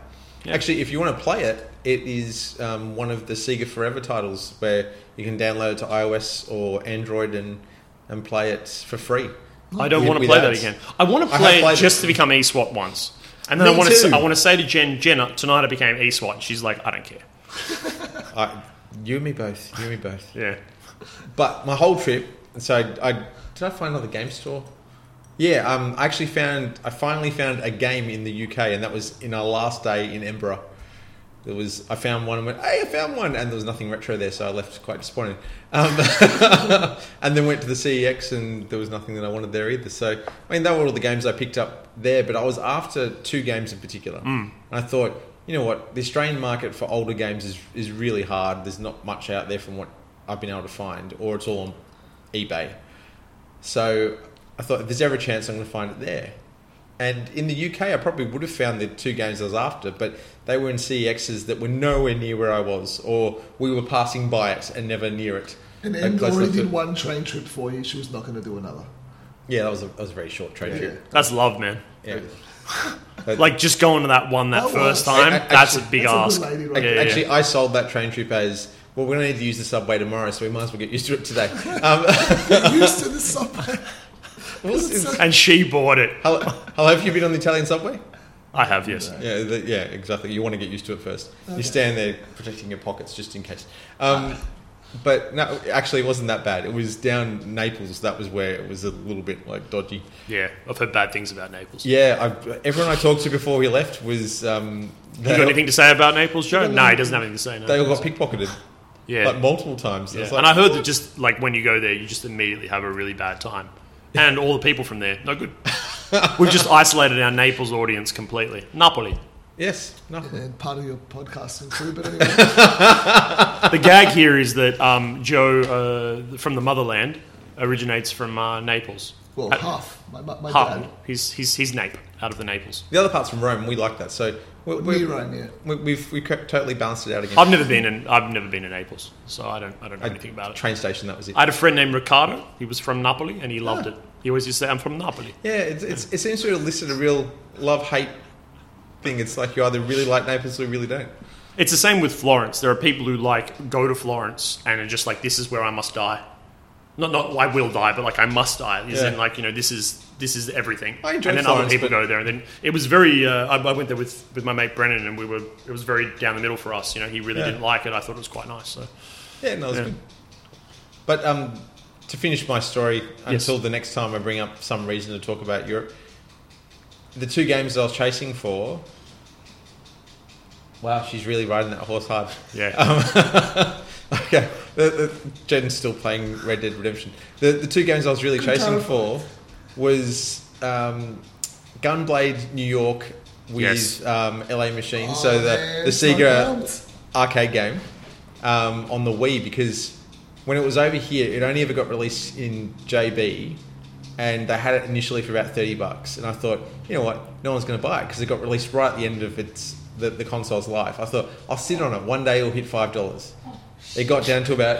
Speaker 4: Yeah.
Speaker 2: Actually, if you want to play it, it is um, one of the Sega Forever titles where you can download it to iOS or Android and, and play it for free.
Speaker 4: I don't
Speaker 2: With-
Speaker 4: want to
Speaker 2: with
Speaker 4: play that
Speaker 2: ads.
Speaker 4: again. I want to
Speaker 2: have
Speaker 4: play it
Speaker 2: played
Speaker 4: just
Speaker 2: it.
Speaker 4: to become eSWAT once. And then
Speaker 2: Me
Speaker 4: I want to
Speaker 2: too.
Speaker 4: I want to say to Jen, Jen, uh, tonight I became eSWAT. And she's like, I don't care.
Speaker 2: I, you and me both. You and me both.
Speaker 4: Yeah.
Speaker 2: But my whole trip, so I, I did I find another game store? Yeah, um, I actually found I finally found a game in the UK, and that was in our last day in Edinburgh. There was I found one and went, hey, I found one, and there was nothing retro there, so I left quite disappointed. Um, <laughs> and then went to the CEX, and there was nothing that I wanted there either. So I mean, they were all the games I picked up there, but I was after two games in particular, and I thought, you know what, the Australian market for older games is is really hard. There's not much out there from what I've been able to find, or it's all on eBay. So I thought, if there's ever a chance, I'm going to find it there. And in the UK, I probably would have found the two games I was after, but they were in CEXs that were nowhere near where I was, or we were passing by it and never near it.
Speaker 3: And
Speaker 2: Like,
Speaker 3: Em
Speaker 2: close
Speaker 3: already
Speaker 2: enough
Speaker 3: did
Speaker 2: to-
Speaker 3: one train trip for you. She was not going to do another.
Speaker 2: Yeah, that was a, that was a very short train
Speaker 3: Yeah.
Speaker 2: trip.
Speaker 4: That's love, man.
Speaker 2: Yeah.
Speaker 4: Like just going to that one that
Speaker 3: That
Speaker 4: first
Speaker 3: was-
Speaker 4: time,
Speaker 2: I- I-
Speaker 4: that's a
Speaker 2: actually-
Speaker 4: big
Speaker 3: That's a
Speaker 4: ask.
Speaker 3: good lady
Speaker 2: Ac-
Speaker 3: right
Speaker 4: yeah, yeah.
Speaker 2: actually, I sold that train trip as well. We're going to need to use the subway tomorrow, so we might as well get used to it today. <laughs> Um,
Speaker 3: Get <laughs> used to the subway.
Speaker 2: what's this?
Speaker 4: And she bought it.
Speaker 2: hello, hello, have you been on the Italian subway?
Speaker 4: I have, yes.
Speaker 2: Yeah, the, yeah, exactly. You want to get used to it first. You stand there protecting your pockets just in case. Um, but no, actually, it wasn't that bad. It was down Naples. That was where it was a little bit like dodgy.
Speaker 4: Yeah. I've heard bad things about Naples.
Speaker 2: Yeah, I, everyone I talked to before we left was um,
Speaker 4: You
Speaker 2: they,
Speaker 4: got anything to say about Naples, Joe?
Speaker 3: Yeah,
Speaker 4: No,
Speaker 3: no.
Speaker 4: he doesn't have anything to say. No.
Speaker 2: they all got pickpocketed
Speaker 4: yeah.
Speaker 2: like multiple times.
Speaker 4: Yeah.
Speaker 2: It's
Speaker 4: and
Speaker 2: like,
Speaker 4: I heard that just like when you go there, you just immediately have a really bad time, and all the people from there, no good. We've just isolated our Naples audience completely. Napoli.
Speaker 2: yes, no.
Speaker 3: And part of your podcasting crew, but anyway,
Speaker 4: The gag here is that um, Joe uh, from the motherland originates from uh, Naples.
Speaker 3: well,
Speaker 4: Uh,
Speaker 3: half. My, my, my
Speaker 4: Hutt.
Speaker 3: dad.
Speaker 4: He's he's he's Nape out of the Naples.
Speaker 2: The other part's from Rome. We like that. So We,
Speaker 3: Wouldn't be
Speaker 2: we,
Speaker 3: right yet.
Speaker 2: we, we've we cre- totally balanced it out again.
Speaker 4: I've never been in I've never been in Naples, so I don't I don't know
Speaker 2: I-
Speaker 4: anything about it.
Speaker 2: Train station, that was it.
Speaker 4: I had a friend named Ricardo. He was from Napoli, and he loved
Speaker 3: Ah.
Speaker 4: it. He always used to say, "I'm from Napoli."
Speaker 2: yeah, it's, it's, it seems to elicit a real love hate thing. It's like you either really like Naples or you really don't.
Speaker 4: It's the same with Florence. There are people who like go to Florence and are just like, "This is where I must die." Not not I will die, but like I must die. Is
Speaker 2: Yeah.
Speaker 4: in like you know this is this is everything.
Speaker 2: I enjoy
Speaker 4: and then
Speaker 2: Florence,
Speaker 4: other people
Speaker 2: but-
Speaker 4: go there, and then it was very. Uh, I, I went there with with my mate Brennan, and we were it was very down the middle for us. You know, he really
Speaker 2: Yeah.
Speaker 4: didn't like it. I thought it was quite nice. So
Speaker 2: Yeah, no, it's
Speaker 4: Yeah.
Speaker 2: good. But um, to finish my story,
Speaker 4: Yes.
Speaker 2: until the next time I bring up some reason to talk about Europe, the two games that I was chasing for. Wow, she's really riding that horse hard. <laughs>
Speaker 4: yeah,
Speaker 2: Um, <laughs> okay, the, the, Jen's still playing Red Dead Redemption. The, the two games I was really
Speaker 3: Good
Speaker 2: chasing
Speaker 3: time.
Speaker 2: for was um, Gunblade New York with
Speaker 4: Yes.
Speaker 2: um, LA Machine,
Speaker 3: Oh,
Speaker 2: so the,
Speaker 3: man,
Speaker 2: the
Speaker 3: so
Speaker 2: Sega
Speaker 3: pumped.
Speaker 2: arcade game um, on the Wii because when it was over here, it only ever got released in JB, and they had it initially for about thirty bucks. And I thought, you know what, no one's going to buy it because it got released right at the end of its the, the console's life. I thought I'll sit on it one day, it'll hit five dollars.
Speaker 3: Oh,
Speaker 2: It got down to
Speaker 3: <laughs>
Speaker 2: about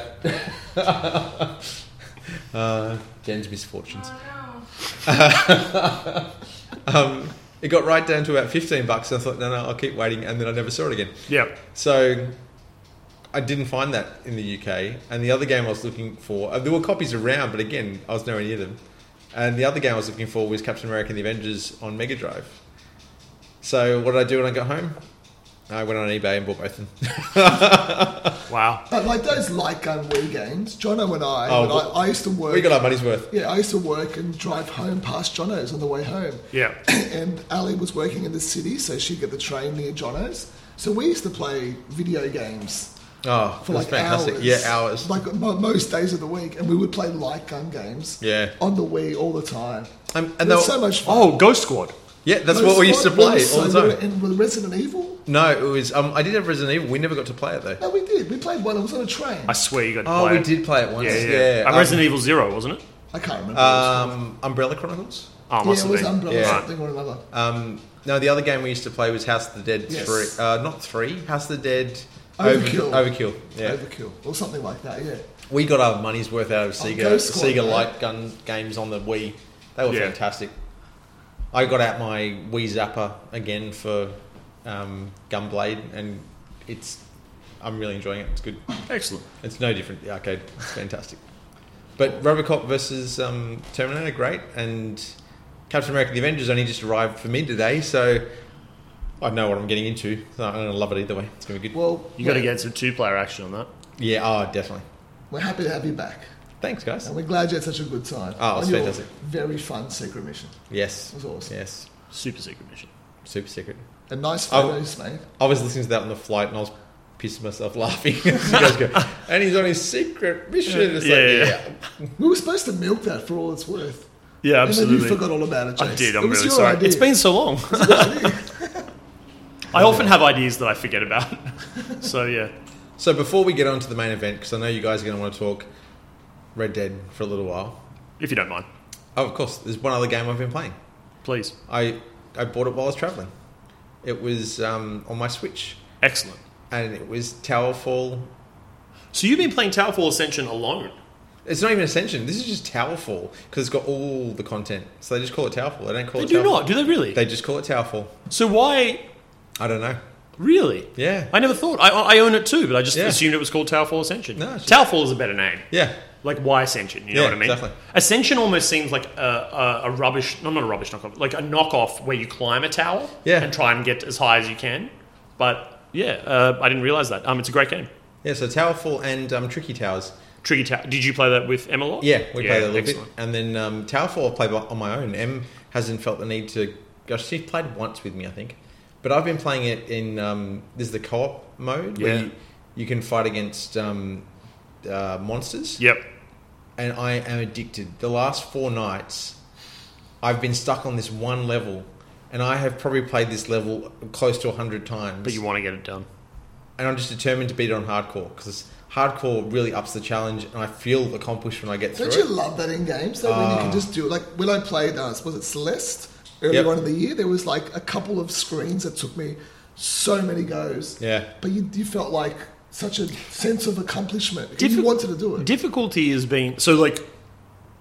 Speaker 2: uh, Jen's misfortunes. um, it got right down to about fifteen bucks. And I thought, no, no, I'll keep waiting, and then I never saw it again.
Speaker 4: yeah.
Speaker 2: So I didn't find that in the UK. And the other game I was looking for, uh, there were copies around, but again, I was nowhere near them. And the other game I was looking for was Captain America and the Avengers on Mega Drive. So what did I do when I got home? I went on eBay and bought both of them. <laughs>
Speaker 4: Wow.
Speaker 3: But like those light gun Wii games, Jono and I,
Speaker 2: Oh,
Speaker 3: when I, I used to work.
Speaker 2: we got our money's worth.
Speaker 3: yeah, I used to work and drive home past Jono's on the way home.
Speaker 4: Yeah.
Speaker 3: <clears throat> and Ali was working in the city, so she'd get the train near Jono's. So we used to play video games
Speaker 2: Oh,
Speaker 3: for
Speaker 2: it was
Speaker 3: like
Speaker 2: fantastic.
Speaker 3: hours.
Speaker 2: Yeah, hours.
Speaker 3: Like mo- most days of the week, and we would play light gun games.
Speaker 2: Yeah.
Speaker 3: on the Wii all the time.
Speaker 2: Um,
Speaker 3: It
Speaker 2: and
Speaker 3: was
Speaker 2: they were-
Speaker 3: so much fun.
Speaker 4: Oh, Ghost Squad.
Speaker 2: Yeah, that's
Speaker 3: Those
Speaker 2: what we used to
Speaker 3: squad- we
Speaker 2: play
Speaker 3: were
Speaker 2: all the
Speaker 3: so good.
Speaker 2: time.
Speaker 3: And with Resident Evil,
Speaker 2: No, it was. Um, I did have Resident Evil. We never got to play it though.
Speaker 3: no, we did. We played one. It was on a train.
Speaker 4: I swear you got to
Speaker 2: Oh,
Speaker 4: play
Speaker 2: we
Speaker 4: it.
Speaker 2: did play it once.
Speaker 4: Yeah,
Speaker 2: Yeah,
Speaker 4: yeah. Uh,
Speaker 2: Um,
Speaker 4: Resident Evil Zero, wasn't it?
Speaker 3: I can't remember.
Speaker 2: um, Umbrella Chronicles.
Speaker 4: Oh,
Speaker 3: yeah,
Speaker 4: must
Speaker 3: it
Speaker 4: have
Speaker 3: was
Speaker 4: been.
Speaker 3: Umbrella
Speaker 2: Yeah.
Speaker 3: something or another.
Speaker 2: Um, no, the other game we used to play was House of the Dead
Speaker 3: Yes.
Speaker 2: three, uh, not three. House of the Dead
Speaker 3: Overkill.
Speaker 2: Over- overkill. Yeah,
Speaker 3: Overkill or something like that. Yeah.
Speaker 2: we got our money's worth out of
Speaker 3: Oh,
Speaker 2: Sega
Speaker 3: Ghost Squad,
Speaker 2: Sega
Speaker 3: right?
Speaker 2: light gun games on the Wii. They were
Speaker 4: Yeah.
Speaker 2: fantastic. I got out my Wii Zapper again for um, Gunblade, and it's I'm really enjoying it. It's good.
Speaker 4: Excellent.
Speaker 2: It's no different. The arcade. It's fantastic. But Robocop versus um, Terminator, great. And Captain America: The Avengers only just arrived for me today, so I know what I'm getting into. So I'm gonna love it either way. It's gonna be good.
Speaker 3: Well,
Speaker 4: You got to
Speaker 3: we're-
Speaker 4: get some two-player action on that.
Speaker 2: Yeah. Oh, definitely.
Speaker 3: We're happy to have you back.
Speaker 2: Thanks, guys.
Speaker 3: And we're glad you had such a good time.
Speaker 2: Oh, it's
Speaker 3: On your
Speaker 2: fantastic.
Speaker 3: Very fun secret mission.
Speaker 2: Yes.
Speaker 3: It was awesome.
Speaker 2: Yes.
Speaker 4: Super secret mission.
Speaker 2: Super secret.
Speaker 3: And nice
Speaker 2: Oh.
Speaker 3: photos, mate.
Speaker 2: I was listening to that on the flight, and I was pissing myself <laughs> laughing. You guys go, and he's on his secret mission. It's
Speaker 4: Yeah, yeah,
Speaker 2: like,
Speaker 4: yeah.
Speaker 2: yeah.
Speaker 3: We were supposed to milk that for all it's worth.
Speaker 4: Yeah,
Speaker 3: And then you forgot all about it, Jason.
Speaker 4: I did.
Speaker 3: it
Speaker 4: I'm
Speaker 3: was
Speaker 4: really
Speaker 3: your
Speaker 4: sorry.
Speaker 3: Idea.
Speaker 4: It's been so long. <laughs> I often have ideas that I forget about. <laughs> So yeah,
Speaker 2: So before we get on to the main event, because I know you guys are gonna want to talk Red Dead for a little while.
Speaker 4: if you don't mind,
Speaker 2: Oh, of course. There's one other game I've been playing.
Speaker 4: please.
Speaker 2: I I bought it while I was traveling. It was um, on my Switch,
Speaker 4: Excellent.
Speaker 2: and it was Towerfall.
Speaker 4: So you've been playing Towerfall Ascension alone.
Speaker 2: It's not even Ascension. This is just Towerfall because it's got all the content. So they just call it Towerfall. They don't call
Speaker 4: They
Speaker 2: it.
Speaker 4: do
Speaker 2: Towerfall.
Speaker 4: not, do they? Really?
Speaker 2: They just call it Towerfall.
Speaker 4: so why?
Speaker 2: I don't know.
Speaker 4: Really?
Speaker 2: Yeah.
Speaker 4: I never thought. I, I own it too, but I just
Speaker 2: Yeah.
Speaker 4: assumed it was called Towerfall Ascension.
Speaker 2: No, it's
Speaker 4: Towerfall is a better name.
Speaker 2: Yeah.
Speaker 4: Like why Ascension? You know
Speaker 2: Yeah,
Speaker 4: what I mean?
Speaker 2: exactly.
Speaker 4: Ascension almost seems like a, a, a rubbish, no, not a rubbish knockoff, like a knockoff where you climb a tower
Speaker 2: Yeah.
Speaker 4: and try and get as high as you can. But yeah, uh, I didn't realize that. Um, it's a great game.
Speaker 2: Yeah. So Towerfall and um, Tricky Towers.
Speaker 4: Tricky Tower. Did you play that with Emma? a lot?
Speaker 2: Yeah, we played that a little
Speaker 4: excellent.
Speaker 2: bit, and then um, Towerfall I played by- on my own. Em hasn't felt the need to. Gosh, she played once with me, I think. But I've been playing it in um, this is the co-op mode where
Speaker 4: Yeah.
Speaker 2: you, you can fight against um, uh, monsters.
Speaker 4: Yep.
Speaker 2: and I am addicted. The last four nights, I've been stuck on this one level, and I have probably played this level close to hundred times.
Speaker 4: But you want to get it done.
Speaker 2: and I'm just determined to beat it on hardcore because hardcore really ups the challenge, and I feel accomplished when I get through
Speaker 3: Don't you
Speaker 2: it.
Speaker 3: love that in games? Though, when you
Speaker 4: Ah.
Speaker 3: can just do it. Like when I played, uh, was it Celeste? Earlier
Speaker 2: Yep.
Speaker 3: on in the year, there was like a couple of screens that took me so many goes.
Speaker 2: Yeah.
Speaker 3: But you, you felt like such a sense of accomplishment.
Speaker 4: Diffi-
Speaker 3: you wanted to do it.
Speaker 4: Difficulty is being so like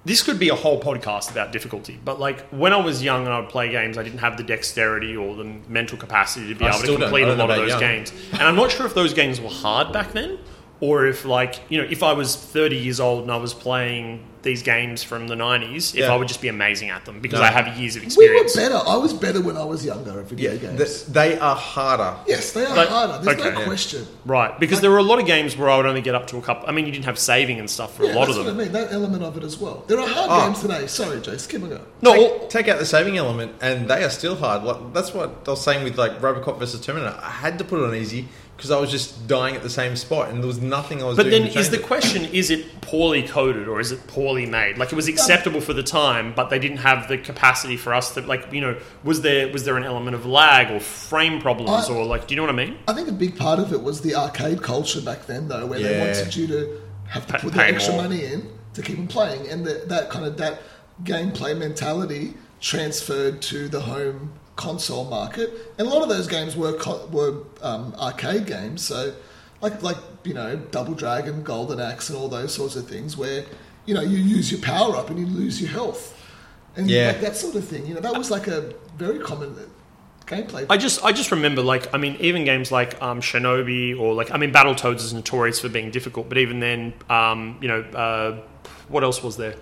Speaker 4: this could be a whole podcast about difficulty, but like when I was young and I would play games, I didn't have the dexterity or the mental capacity to be
Speaker 2: I
Speaker 4: able
Speaker 2: still
Speaker 4: to
Speaker 2: don't.
Speaker 4: complete
Speaker 2: I
Speaker 4: a
Speaker 2: don't know
Speaker 4: lot of
Speaker 2: about
Speaker 4: those
Speaker 2: young.
Speaker 4: games. And I'm not sure if those games were hard back then, or if like you know, if I was 30 years old and I was playing these games from the 90s, if
Speaker 2: Yeah.
Speaker 4: I would just be amazing at them because
Speaker 2: No.
Speaker 4: I have years of
Speaker 3: we were
Speaker 4: experience.
Speaker 3: better. I was better when I was younger at video
Speaker 2: Yeah,
Speaker 3: games.
Speaker 2: th- they are harder.
Speaker 3: yes, they are
Speaker 4: But-
Speaker 3: harder. There's
Speaker 4: okay,
Speaker 3: no
Speaker 2: yeah.
Speaker 3: question.
Speaker 4: Right, because there were a lot of games where I would only get up to a couple. I mean, you didn't have saving and stuff for
Speaker 3: Yeah,
Speaker 4: a lot
Speaker 3: that's
Speaker 4: of them. Ah.
Speaker 3: what I mean. That element of it as well. There are hard
Speaker 2: Oh.
Speaker 3: games today. Sorry, Jay, skimming up.
Speaker 4: No, all-
Speaker 2: take, take out the saving element, and they are still hard. Like, that's what I was saying with like RoboCop versus Terminator. I had to put it on easy because I was just dying at the same spot, and there was nothing I was
Speaker 4: But
Speaker 2: doing.
Speaker 4: then,
Speaker 2: to
Speaker 4: is the
Speaker 2: change it.
Speaker 4: question is it poorly coded or is it poorly made? Like it was acceptable for the time, but they didn't have the capacity for us to like you know was there was there an element of lag or frame problems
Speaker 3: I-
Speaker 4: or like do you know what I mean?
Speaker 3: I think a big part of it was the arcade culture back then, though, where they
Speaker 2: Yeah.
Speaker 3: wanted you to have to
Speaker 4: Pa-
Speaker 3: put the
Speaker 4: pay
Speaker 3: extra
Speaker 4: more.
Speaker 3: money in to keep them playing, and the, that kind of that gameplay mentality transferred to the home console market. And a lot of those games were co- were um, arcade games, so like like you know Double Dragon, Golden Axe, and all those sorts of things, where you know you use your power up and you lose your health, and
Speaker 2: Yeah.
Speaker 3: like that sort of thing. You know that was like a very common gameplay.
Speaker 4: I just I just remember like I mean even games like um, Shinobi or like I mean Battletoads is notorious for being difficult, but even then um, you know uh, what else was there?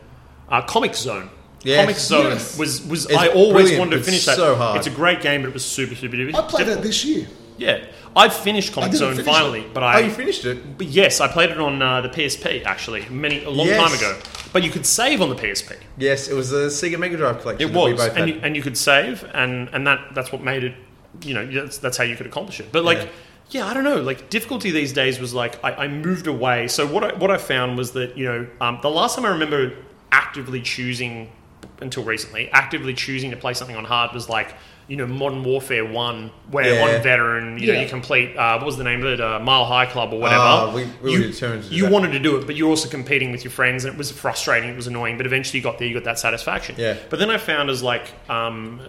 Speaker 4: Uh, Comic Zone.
Speaker 2: Yes.
Speaker 4: Comic Zone
Speaker 3: Yes.
Speaker 4: was was
Speaker 2: It's
Speaker 4: I always
Speaker 2: brilliant,
Speaker 4: wanted to
Speaker 2: but
Speaker 4: finish that.
Speaker 2: so hard.
Speaker 4: It's a great game, but it was super super
Speaker 3: I
Speaker 4: difficult.
Speaker 3: played that this year.
Speaker 4: Yeah, I finished Comic
Speaker 3: didn't
Speaker 4: Zone
Speaker 3: finish
Speaker 4: finally, but
Speaker 2: Oh,
Speaker 4: I
Speaker 2: you finished it.
Speaker 4: but yes, I played it on uh, the PSP actually many a long
Speaker 2: Yes.
Speaker 4: time ago. But you could save on the PSP.
Speaker 2: Yes, it was the Sega Mega Drive collection.
Speaker 4: It
Speaker 2: that we
Speaker 4: was,
Speaker 2: both had.
Speaker 4: and you, and you could save, and and that that's what made it. You know, that's, that's how you could accomplish it. But like.
Speaker 2: Yeah.
Speaker 4: Yeah. I don't know. Like difficulty these days was like I, I moved away. So what I, what I found was that you know um, the last time I remember actively choosing until recently actively choosing to play something on hard was like you know Modern Warfare One, where
Speaker 2: Yeah.
Speaker 4: on veteran you know
Speaker 3: Yeah.
Speaker 4: you complete uh, what was the name of it uh, Mile High Club or whatever.
Speaker 2: Ah, we- we
Speaker 4: you,
Speaker 2: were determined to do
Speaker 4: you
Speaker 2: that.
Speaker 4: wanted to do it, but you're also competing with your friends, and it was frustrating, it was annoying, but eventually you got there, you got that satisfaction.
Speaker 2: Yeah.
Speaker 4: But then I found as like, um,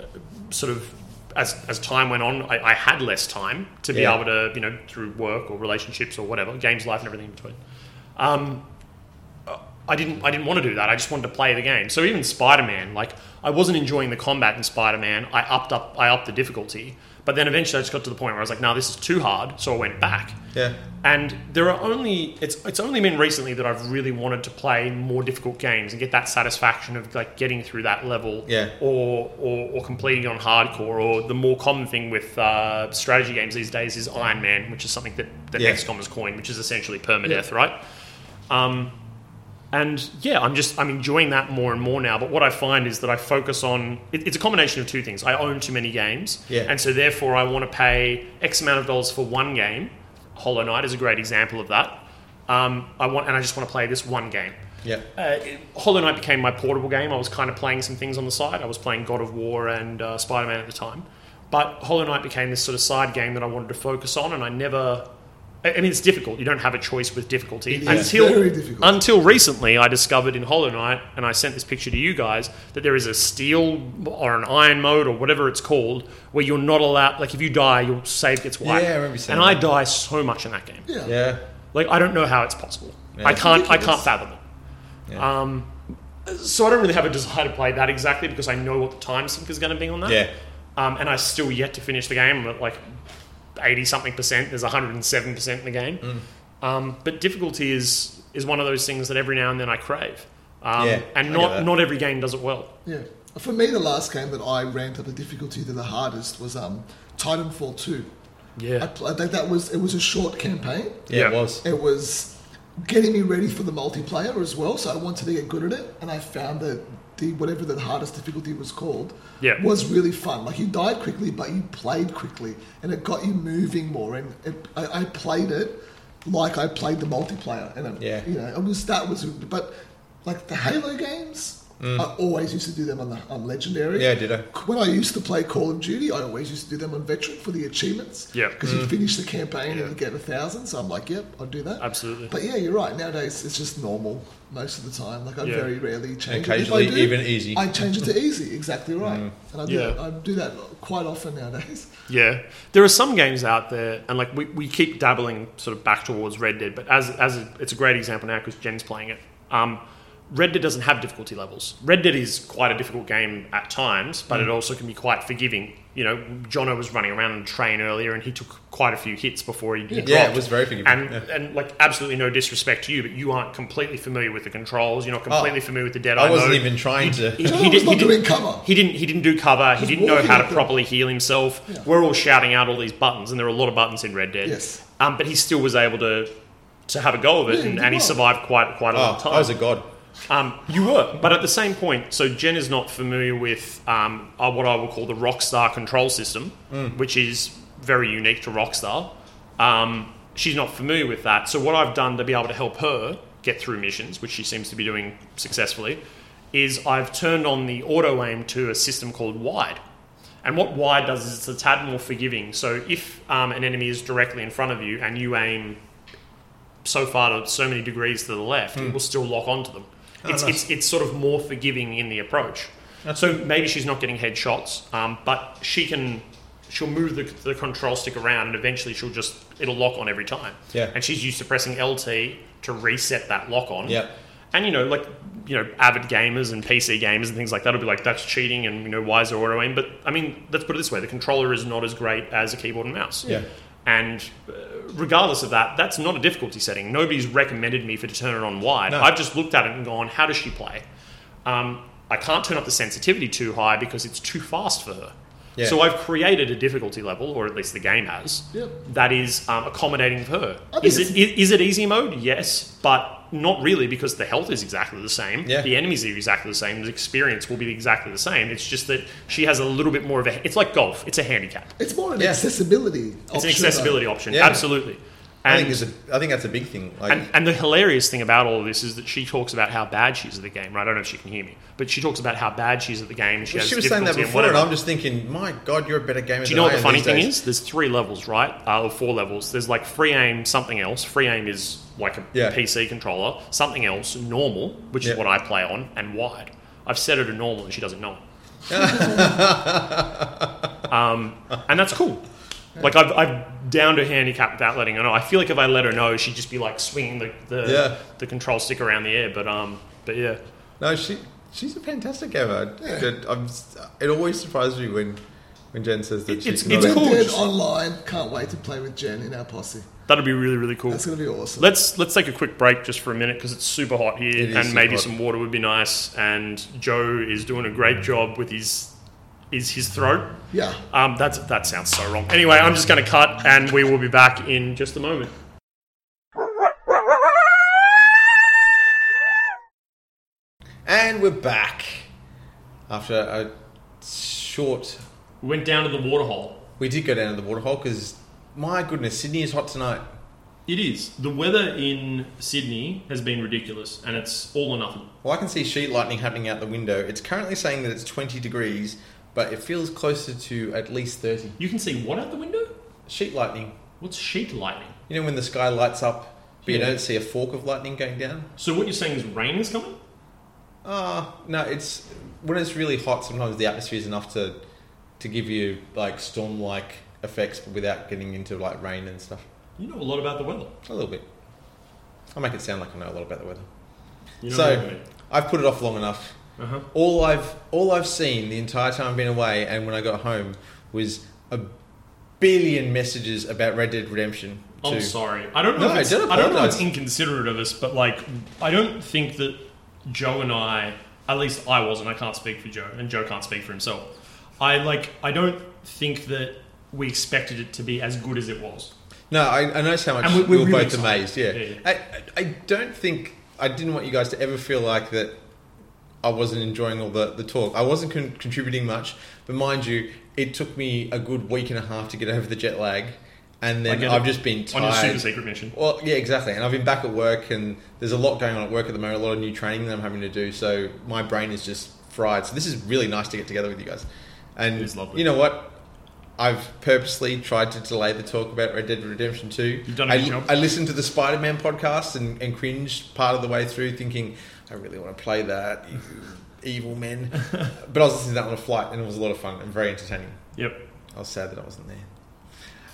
Speaker 4: sort of, as, as time went on, I, I had less time to be
Speaker 2: Yeah.
Speaker 4: able to, you know, through work or relationships or whatever, games, life, and everything in between. Um, uh, I didn't, I didn't want to do that. I just wanted to play the game. So even Spider Man, like, I wasn't enjoying the combat in Spider Man. I upped up, I upped the difficulty. But then eventually I just got to the point where I was like, no, this is too hard. So I went back.
Speaker 2: yeah,
Speaker 4: And there are only it's it's only been recently that I've really wanted to play more difficult games and get that satisfaction of like getting through that level,
Speaker 2: Yeah.
Speaker 4: or, or or completing on hardcore. Or the more common thing with uh, strategy games these days is Iron Man, which is something that that
Speaker 2: Yeah.
Speaker 4: XCOM has coined, which is essentially permadeath, right? Um, and yeah, I'm just I'm enjoying that more and more now. But what I find is that I focus on it, it's a combination of two things. I own too many games,
Speaker 2: Yeah.
Speaker 4: and so therefore I want to pay X amount of dollars for one game. Hollow Knight is a great example of that. Um, I want and I just want to play this one game.
Speaker 2: yeah.
Speaker 4: Uh, it- Hollow Knight became my portable game. I was kind of playing some things on the side. I was playing God of War and uh, Spider Man at the time. But Hollow Knight became this sort of side game that I wanted to focus on, and I never. I I mean, it's difficult. You don't have a choice with difficulty
Speaker 3: It is
Speaker 4: until
Speaker 3: very difficult.
Speaker 4: until recently. I discovered in Hollow Knight, and I sent this picture to you guys that there is a steel or an iron mode or whatever it's called, where you're not allowed. Like if you die, your save gets wiped.
Speaker 2: Yeah, I remember seeing
Speaker 4: And I
Speaker 2: that.
Speaker 4: die so much in that game.
Speaker 3: Yeah.
Speaker 2: Yeah.
Speaker 4: Like I don't know how it's possible.
Speaker 2: Yeah.
Speaker 4: I can't. I can't
Speaker 3: Ridiculous.
Speaker 4: fathom it.
Speaker 2: Yeah.
Speaker 4: Um, so I don't really have a desire to play that exactly because I know what the time sink is going to be on that.
Speaker 2: Yeah.
Speaker 4: Um, and I still yet to finish the game. I'm at like eighty something percent. There's hundred and seven percent in the game.
Speaker 2: Mm.
Speaker 4: Um, but difficulty is is one of those things that every now and then I crave. Um,
Speaker 2: Yeah, I
Speaker 4: and
Speaker 2: get that.
Speaker 4: not not every game does it well.
Speaker 3: Yeah. For me, the last game that I ramped up the difficulty to the hardest was um, Titanfall 2. I,
Speaker 4: Yeah.
Speaker 3: pl- I think that was it was a short campaign.
Speaker 2: yeah,
Speaker 4: Yeah.
Speaker 2: It was.
Speaker 3: It was getting me ready for the multiplayer as well, so I wanted to get good at it, and I found that the whatever the hardest difficulty was called
Speaker 4: Yeah.
Speaker 3: was really fun. Like you died quickly, but you played quickly, and it got you moving more. And it, I, I played it like I played the multiplayer, and it,
Speaker 2: Yeah.
Speaker 3: you know it was that was but like the Halo games. I always used to do them on the on Legendary.
Speaker 2: Mm. Yeah, ditto.
Speaker 3: When I used to play Call of Duty, I always used to do them on Veteran for the achievements.
Speaker 4: Yeah. Mm.
Speaker 3: Because you finish the campaign
Speaker 4: Yeah.
Speaker 3: and you get a thousand. So I'm like, yep, I'll do that.
Speaker 4: Absolutely.
Speaker 3: But yeah, you're right. Nowadays, it's just normal most of the time. Like I
Speaker 4: Yeah.
Speaker 3: very rarely change.
Speaker 2: Occasionally
Speaker 3: it. If I do,
Speaker 2: even easy. Mm.
Speaker 3: I change it to easy. Exactly right. And I do,
Speaker 4: Yeah.
Speaker 3: that, I do that quite often nowadays.
Speaker 4: Yeah, there are some games out there, and like we, we keep dabbling sort of back towards Red Dead, but as as a, it's a great example now because Jen's playing it. Um, Red Dead doesn't have difficulty levels. Red Dead is quite a difficult game at times, but
Speaker 2: Mm.
Speaker 4: it also can be quite forgiving. You know, Jono was running around on a train earlier, and he took quite a few hits before he, he dropped.
Speaker 2: Yeah, it was very forgiving.
Speaker 4: And
Speaker 2: yeah.
Speaker 4: and like absolutely no disrespect to you, but you aren't completely familiar with the controls. You're not completely familiar with the dead.
Speaker 2: Oh. I wasn't
Speaker 4: mode.
Speaker 2: even trying to.
Speaker 4: He-
Speaker 3: Jono
Speaker 4: he
Speaker 3: was
Speaker 4: did-
Speaker 3: "Oh, not
Speaker 4: he did-
Speaker 3: doing cover.
Speaker 4: He didn't. He didn't do cover. He
Speaker 3: Just
Speaker 4: didn't know
Speaker 3: walking
Speaker 4: how to
Speaker 3: up there.
Speaker 4: properly heal himself. We're all shouting out all these buttons, and there are a lot of buttons in Red Dead.
Speaker 3: Yes.
Speaker 4: Um, but he still was able to to have a go of it,
Speaker 3: Yeah, he
Speaker 4: and,
Speaker 3: did
Speaker 4: and he
Speaker 3: well.
Speaker 4: survived quite quite a long
Speaker 2: oh,
Speaker 4: time.
Speaker 2: I was a god.
Speaker 4: Um, you were, but at the same point, so Jen is not familiar with um, uh, what I will call the Rockstar control system, which is very unique to Rockstar. Um, she's not familiar with that. So what I've done to be able to help her get through missions, which she seems to be doing successfully, is I've turned on the auto aim to a system called Wide. And what wide does is it's a tad more forgiving. So if um, an enemy is directly in front of you and you aim so far to so many degrees to the left, it will still lock onto them. it's,
Speaker 2: Hmm. Oh, nice.
Speaker 4: it's, it's sort of more forgiving in the approach. so maybe she's not getting headshots, um, but she can she'll move the, the control stick around and eventually she'll just it'll lock on every time.
Speaker 2: Yeah.
Speaker 4: And she's used to pressing LT to reset that lock on.
Speaker 2: Yep.
Speaker 4: And you know, like you know, avid gamers and PC gamers and things like that will be like, that's cheating, and you know, why is there auto aim? But I mean, let's put it this way: the controller is not as great as a keyboard and mouse.
Speaker 2: Yeah.
Speaker 4: And uh, regardless of that, that's not a difficulty setting. Nobody's recommended me for to turn it on wide.
Speaker 2: No.
Speaker 4: I've just looked at it and gone, how does she play? Um, I can't turn up the sensitivity too high because it's too fast for her.
Speaker 2: Yeah.
Speaker 4: So I've created a difficulty level, or at least the game has,
Speaker 3: Yep.
Speaker 4: that is um, accommodating for her.
Speaker 3: I think
Speaker 4: Is
Speaker 3: it's-
Speaker 4: it, is, is it easy mode? Yes, but not really because the health is exactly the same.
Speaker 2: Yeah.
Speaker 4: The enemies are exactly the same. The experience will be exactly the same. It's just that she has a little bit more of a. It's like golf. It's a handicap.
Speaker 3: It's more an
Speaker 2: Yeah.
Speaker 3: accessibility
Speaker 4: It's
Speaker 3: option,
Speaker 4: an accessibility
Speaker 3: though.
Speaker 4: option.
Speaker 2: Yeah.
Speaker 4: Absolutely.
Speaker 2: I
Speaker 4: And,
Speaker 2: think, it's a, I think that's a big thing. Like,
Speaker 4: and, and the hilarious thing about all of this is that she talks about how bad she is at the game. Right? I don't know if she can hear me, but she talks about how bad she is at the game. And she, has
Speaker 2: she was saying that
Speaker 4: difficulty and
Speaker 2: before, and,
Speaker 4: whatever.
Speaker 2: I'm just thinking, my god, you're a better gamer.
Speaker 4: Do
Speaker 2: than
Speaker 4: you know what
Speaker 2: I
Speaker 4: the
Speaker 2: am
Speaker 4: funny
Speaker 2: these
Speaker 4: thing
Speaker 2: days.
Speaker 4: is? There's three levels, right? Uh, or four levels. There's like free aim, something else. Free aim is like a
Speaker 2: Yeah.
Speaker 4: PC controller. Something else, normal, which
Speaker 2: Yeah.
Speaker 4: is what I play on, and wide. I've set her to normal, and she doesn't know
Speaker 2: <laughs>
Speaker 4: it. um, and that's cool. Like I've, I've downed her handicap without letting her know. I feel like if I let her know, she'd just be like swinging the the,
Speaker 2: Yeah.
Speaker 4: the control stick around the air. But um, but yeah,
Speaker 2: No, she she's a fantastic gamer.
Speaker 3: Yeah.
Speaker 2: Good. I'm, s- it always surprises me when when Jen says that
Speaker 4: It-
Speaker 2: she
Speaker 4: it's-
Speaker 2: can
Speaker 4: it's
Speaker 2: relate.
Speaker 4: cool.
Speaker 3: Red Dead Online. Can't wait to play with Jen in our posse.
Speaker 4: that'd be really really cool.
Speaker 3: That's going to be awesome.
Speaker 4: Let's let's take a quick break just for a minute because it's super hot here,
Speaker 2: It is
Speaker 4: and
Speaker 2: super
Speaker 4: maybe
Speaker 2: hot.
Speaker 4: some water would be nice. And Joe is doing a great job with his is his throat.
Speaker 3: yeah.
Speaker 4: Um, that's that sounds so wrong. Anyway, I'm just going to cut, and we will be back in just a moment.
Speaker 2: And we're back after a short.
Speaker 4: We went down to the water hole.
Speaker 2: We did go down to the waterhole because my goodness, Sydney is hot tonight.
Speaker 4: It is the weather in Sydney has been ridiculous, and it's all or nothing.
Speaker 2: Well, I can see sheet lightning happening out the window. It's currently saying that it's 20 degrees, but it feels closer to at least 30.
Speaker 4: You can see what out the window?
Speaker 2: Sheet lightning.
Speaker 4: What's sheet lightning?
Speaker 2: You know when the sky lights up, but you
Speaker 4: Yeah.
Speaker 2: don't see a fork of lightning going down?
Speaker 4: So what you're saying is rain is coming?
Speaker 2: Uh, no, it's when it's really hot. Sometimes the atmosphere is enough to to give you like storm-like effects, but without getting into like rain and stuff.
Speaker 4: You know a lot about the weather.
Speaker 2: A little bit. I make it sound like I know a lot about the weather.
Speaker 4: You know
Speaker 2: So-
Speaker 4: what I mean.
Speaker 2: I've put it off long enough.
Speaker 4: Uh-huh.
Speaker 2: All I've all I've seen the entire time I've been away, and when I got home, was a billion messages about Red Dead Redemption.
Speaker 4: I'm
Speaker 2: 2.
Speaker 4: Oh, sorry. I don't
Speaker 2: No,
Speaker 4: know. if
Speaker 2: I
Speaker 4: it's,
Speaker 2: don't
Speaker 4: I don't know. if It's
Speaker 2: apologise.
Speaker 4: inconsiderate of us, but like, I don't think that Joe and I, at least I wasn't. I can't speak for Joe, and Joe can't speak for himself. I like. I don't think that we expected it to be as good as it was.
Speaker 2: No, I, I noticed how much
Speaker 4: And we-
Speaker 2: we,
Speaker 4: we're
Speaker 2: were
Speaker 4: really
Speaker 2: both
Speaker 4: excited.
Speaker 2: amazed. Yeah,
Speaker 4: Yeah, yeah.
Speaker 2: I, I, I don't think I didn't want you guys to ever feel like that. I wasn't enjoying all the, the talk. I wasn't con- contributing much, but mind you, it took me a good week and a half to get over the jet lag, and then
Speaker 4: Like,
Speaker 2: I've just been
Speaker 4: on
Speaker 2: tired.
Speaker 4: your super secret mission.
Speaker 2: Well, yeah, exactly. And I've been back at work, and there's a lot going on at work at the moment, a lot of new training that I'm having to do. So my brain is just fried. So this is really nice to get together with you guys. And
Speaker 1: It is lovely.
Speaker 2: you know what? I've purposely tried to delay the talk about Red Dead Redemption 2.
Speaker 4: You've done a
Speaker 2: I,
Speaker 4: good job.
Speaker 2: I listened to the Spider Man podcast and, and cringed part of the way through, thinking, I really want to play that, you evil
Speaker 4: <laughs>
Speaker 2: men. but I was listening to that on a flight, and it was a lot of fun and very entertaining.
Speaker 4: Yep.
Speaker 2: I was sad that I wasn't there.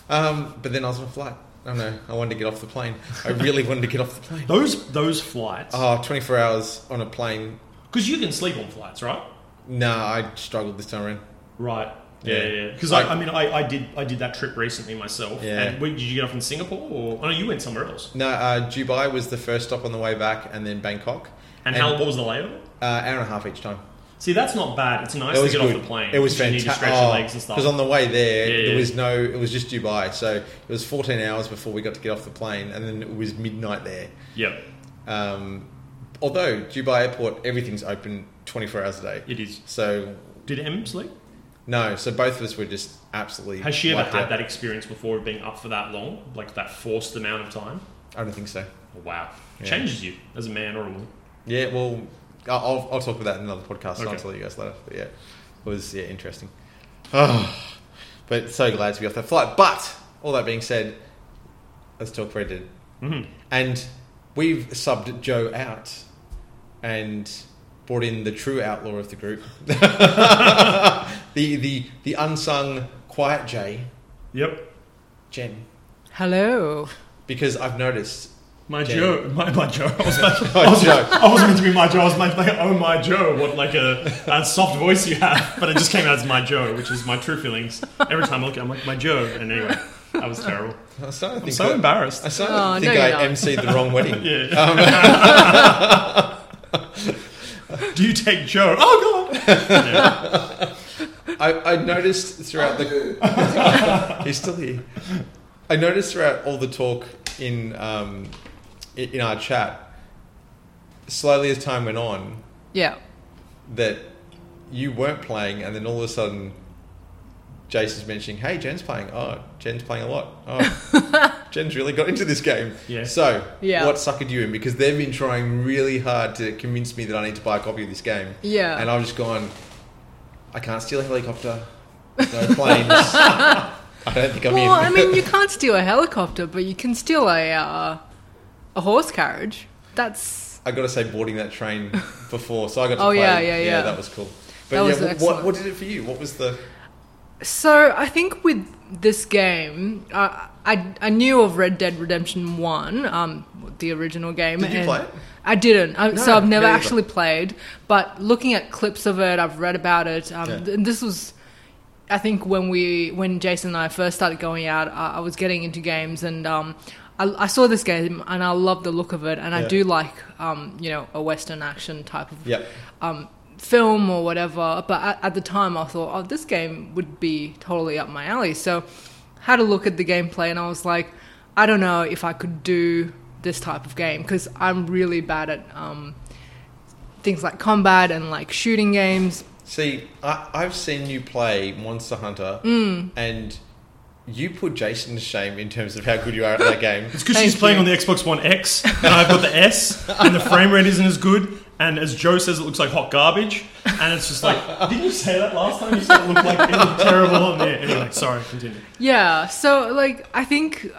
Speaker 2: Um, but then I was on a flight. I don't know. I wanted to get off the plane. I really wanted to get off the plane.
Speaker 4: Those those flights.
Speaker 2: Oh, 24 hours on a plane.
Speaker 4: Because you can sleep on flights, right?
Speaker 2: Nah, I struggled this time around.
Speaker 4: Right.
Speaker 2: Yeah.
Speaker 4: Yeah, yeah. Because I,
Speaker 2: I-
Speaker 4: I mean, I, I did I did that trip recently myself.
Speaker 2: Yeah.
Speaker 4: And where, did you get off in Singapore, or oh, no, you went somewhere else?
Speaker 2: No, uh, Dubai was the first stop on the way back, and then Bangkok.
Speaker 4: And, how what was the layover?
Speaker 2: Uh, hour and a half each time.
Speaker 4: See, that's not bad. It's nice
Speaker 2: it
Speaker 4: to
Speaker 2: was
Speaker 4: get
Speaker 2: good.
Speaker 4: off the plane.
Speaker 2: It was
Speaker 4: because You need to
Speaker 2: fantastic.
Speaker 4: stretch your legs and stuff.
Speaker 2: Because on the way there,
Speaker 4: Yeah,
Speaker 2: there
Speaker 4: yeah.
Speaker 2: was no. It was just Dubai, so it was 14 hours before we got to get off the plane, and then it was midnight there.
Speaker 4: yep.
Speaker 2: Um, although Dubai Airport, everything's open 24 hours a day.
Speaker 4: It is.
Speaker 2: So
Speaker 4: Did Em sleep?
Speaker 2: No, so both of us were just absolutely.
Speaker 4: Has she ever
Speaker 2: wiped
Speaker 4: had
Speaker 2: out.
Speaker 4: that experience before of being up for that long, like that forced amount of time?
Speaker 2: I don't think so.
Speaker 4: Wow,
Speaker 2: Yeah.
Speaker 4: changes you as a man or a woman.
Speaker 2: Yeah, well, I- I'll, I'll talk about that in another podcast. and I'll
Speaker 4: Okay.
Speaker 2: tell you guys later. But yeah, it was yeah interesting. Oh, but so glad to be off that flight. But all that being said, let's talk Red Dead.
Speaker 4: Mhm.
Speaker 2: And we've subbed Joe out and brought in the true outlaw of the group, <laughs> the the the unsung quiet J,
Speaker 4: Yep.
Speaker 2: Jen,
Speaker 5: Hello.
Speaker 2: because I've noticed. <laughs>
Speaker 4: My
Speaker 2: Jen.
Speaker 4: Joe, my, my Joe. I was,
Speaker 2: <laughs>
Speaker 4: like,
Speaker 2: Oh,
Speaker 4: I, was
Speaker 2: Joe.
Speaker 4: I wasn't meant to be my Joe. I was like, like, oh my Joe, what like a, a soft voice you have, but it just came out as my Joe, which is my true feelings. Every time I look, at it, I'm like my Joe, and anyway, that was terrible.
Speaker 2: I'm starting to
Speaker 4: I'm
Speaker 2: think
Speaker 4: so
Speaker 2: that-
Speaker 4: embarrassed.
Speaker 2: I started
Speaker 5: Oh,
Speaker 2: to
Speaker 5: no,
Speaker 2: think
Speaker 5: you're
Speaker 2: I
Speaker 5: not.
Speaker 2: emceed the wrong wedding.
Speaker 4: <laughs> Yeah. <laughs> Do you take Joe? Oh god. Yeah.
Speaker 2: I, I noticed throughout the
Speaker 4: <laughs>
Speaker 2: he's still here. I noticed throughout all the talk in um, i- in our chat, slowly as time went on,
Speaker 5: Yeah.
Speaker 2: that you weren't playing, and then all of a sudden, Jason's mentioning, "Hey, Jen's playing. Oh, Jen's playing a lot. Oh,
Speaker 5: <laughs>
Speaker 2: Jen's really got into this game.
Speaker 4: Yeah.
Speaker 2: So,
Speaker 5: Yeah.
Speaker 2: what suckered you in? Because they've been trying really hard to convince me that I need to buy a copy of this game.
Speaker 5: Yeah.
Speaker 2: and I've just gone. I can't steal a
Speaker 5: <laughs>
Speaker 2: helicopter. No planes. I don't think I'm
Speaker 5: well,
Speaker 2: in.
Speaker 5: I mean, you can't steal a helicopter, but you can steal a uh, a horse carriage. That's
Speaker 2: I got to say, boarding that train before, so I got to
Speaker 5: Oh,
Speaker 2: play.
Speaker 5: yeah, yeah, yeah.
Speaker 2: that was cool.
Speaker 5: That
Speaker 2: But yeah, wh-
Speaker 5: was
Speaker 2: what,
Speaker 5: excellent.
Speaker 2: what did it for you? What was the?
Speaker 5: so. I think with this game, uh, I I knew of Red Dead Redemption One, um, the original game.
Speaker 2: Did you
Speaker 5: and
Speaker 2: play it?
Speaker 5: I didn't, I, so
Speaker 2: No,
Speaker 5: I've never
Speaker 2: me neither.
Speaker 5: actually played. But looking at clips of it, I've read about it. Um,
Speaker 2: Yeah.
Speaker 5: th- this was. I think when we when Jason and I first started going out, I, I was getting into games and um, I, I saw this game and I loved the look of it and I
Speaker 2: Yeah.
Speaker 5: do like um, you know a Western action type of
Speaker 2: Yep.
Speaker 5: um, film or whatever. But at, at the time, I thought, oh, this game would be totally up my alley. So had a look at the gameplay and I was like, I don't know if I could do this type of game because I'm really bad at um, things like combat and like shooting games.
Speaker 2: See, I, I've seen you play Monster Hunter,
Speaker 5: Hmm.
Speaker 2: and you put Jason to shame in terms of how good you are at that game.
Speaker 4: It's because
Speaker 5: Thank
Speaker 4: she's playing
Speaker 5: you.
Speaker 4: on the Xbox One X, and I've got the S, and the frame rate isn't as good. And as Joe says, it looks like hot garbage. And it's just like, didn't you say that last time? You said it looked like it looked terrible on there. Anyway, sorry, continue.
Speaker 5: Yeah, so like I think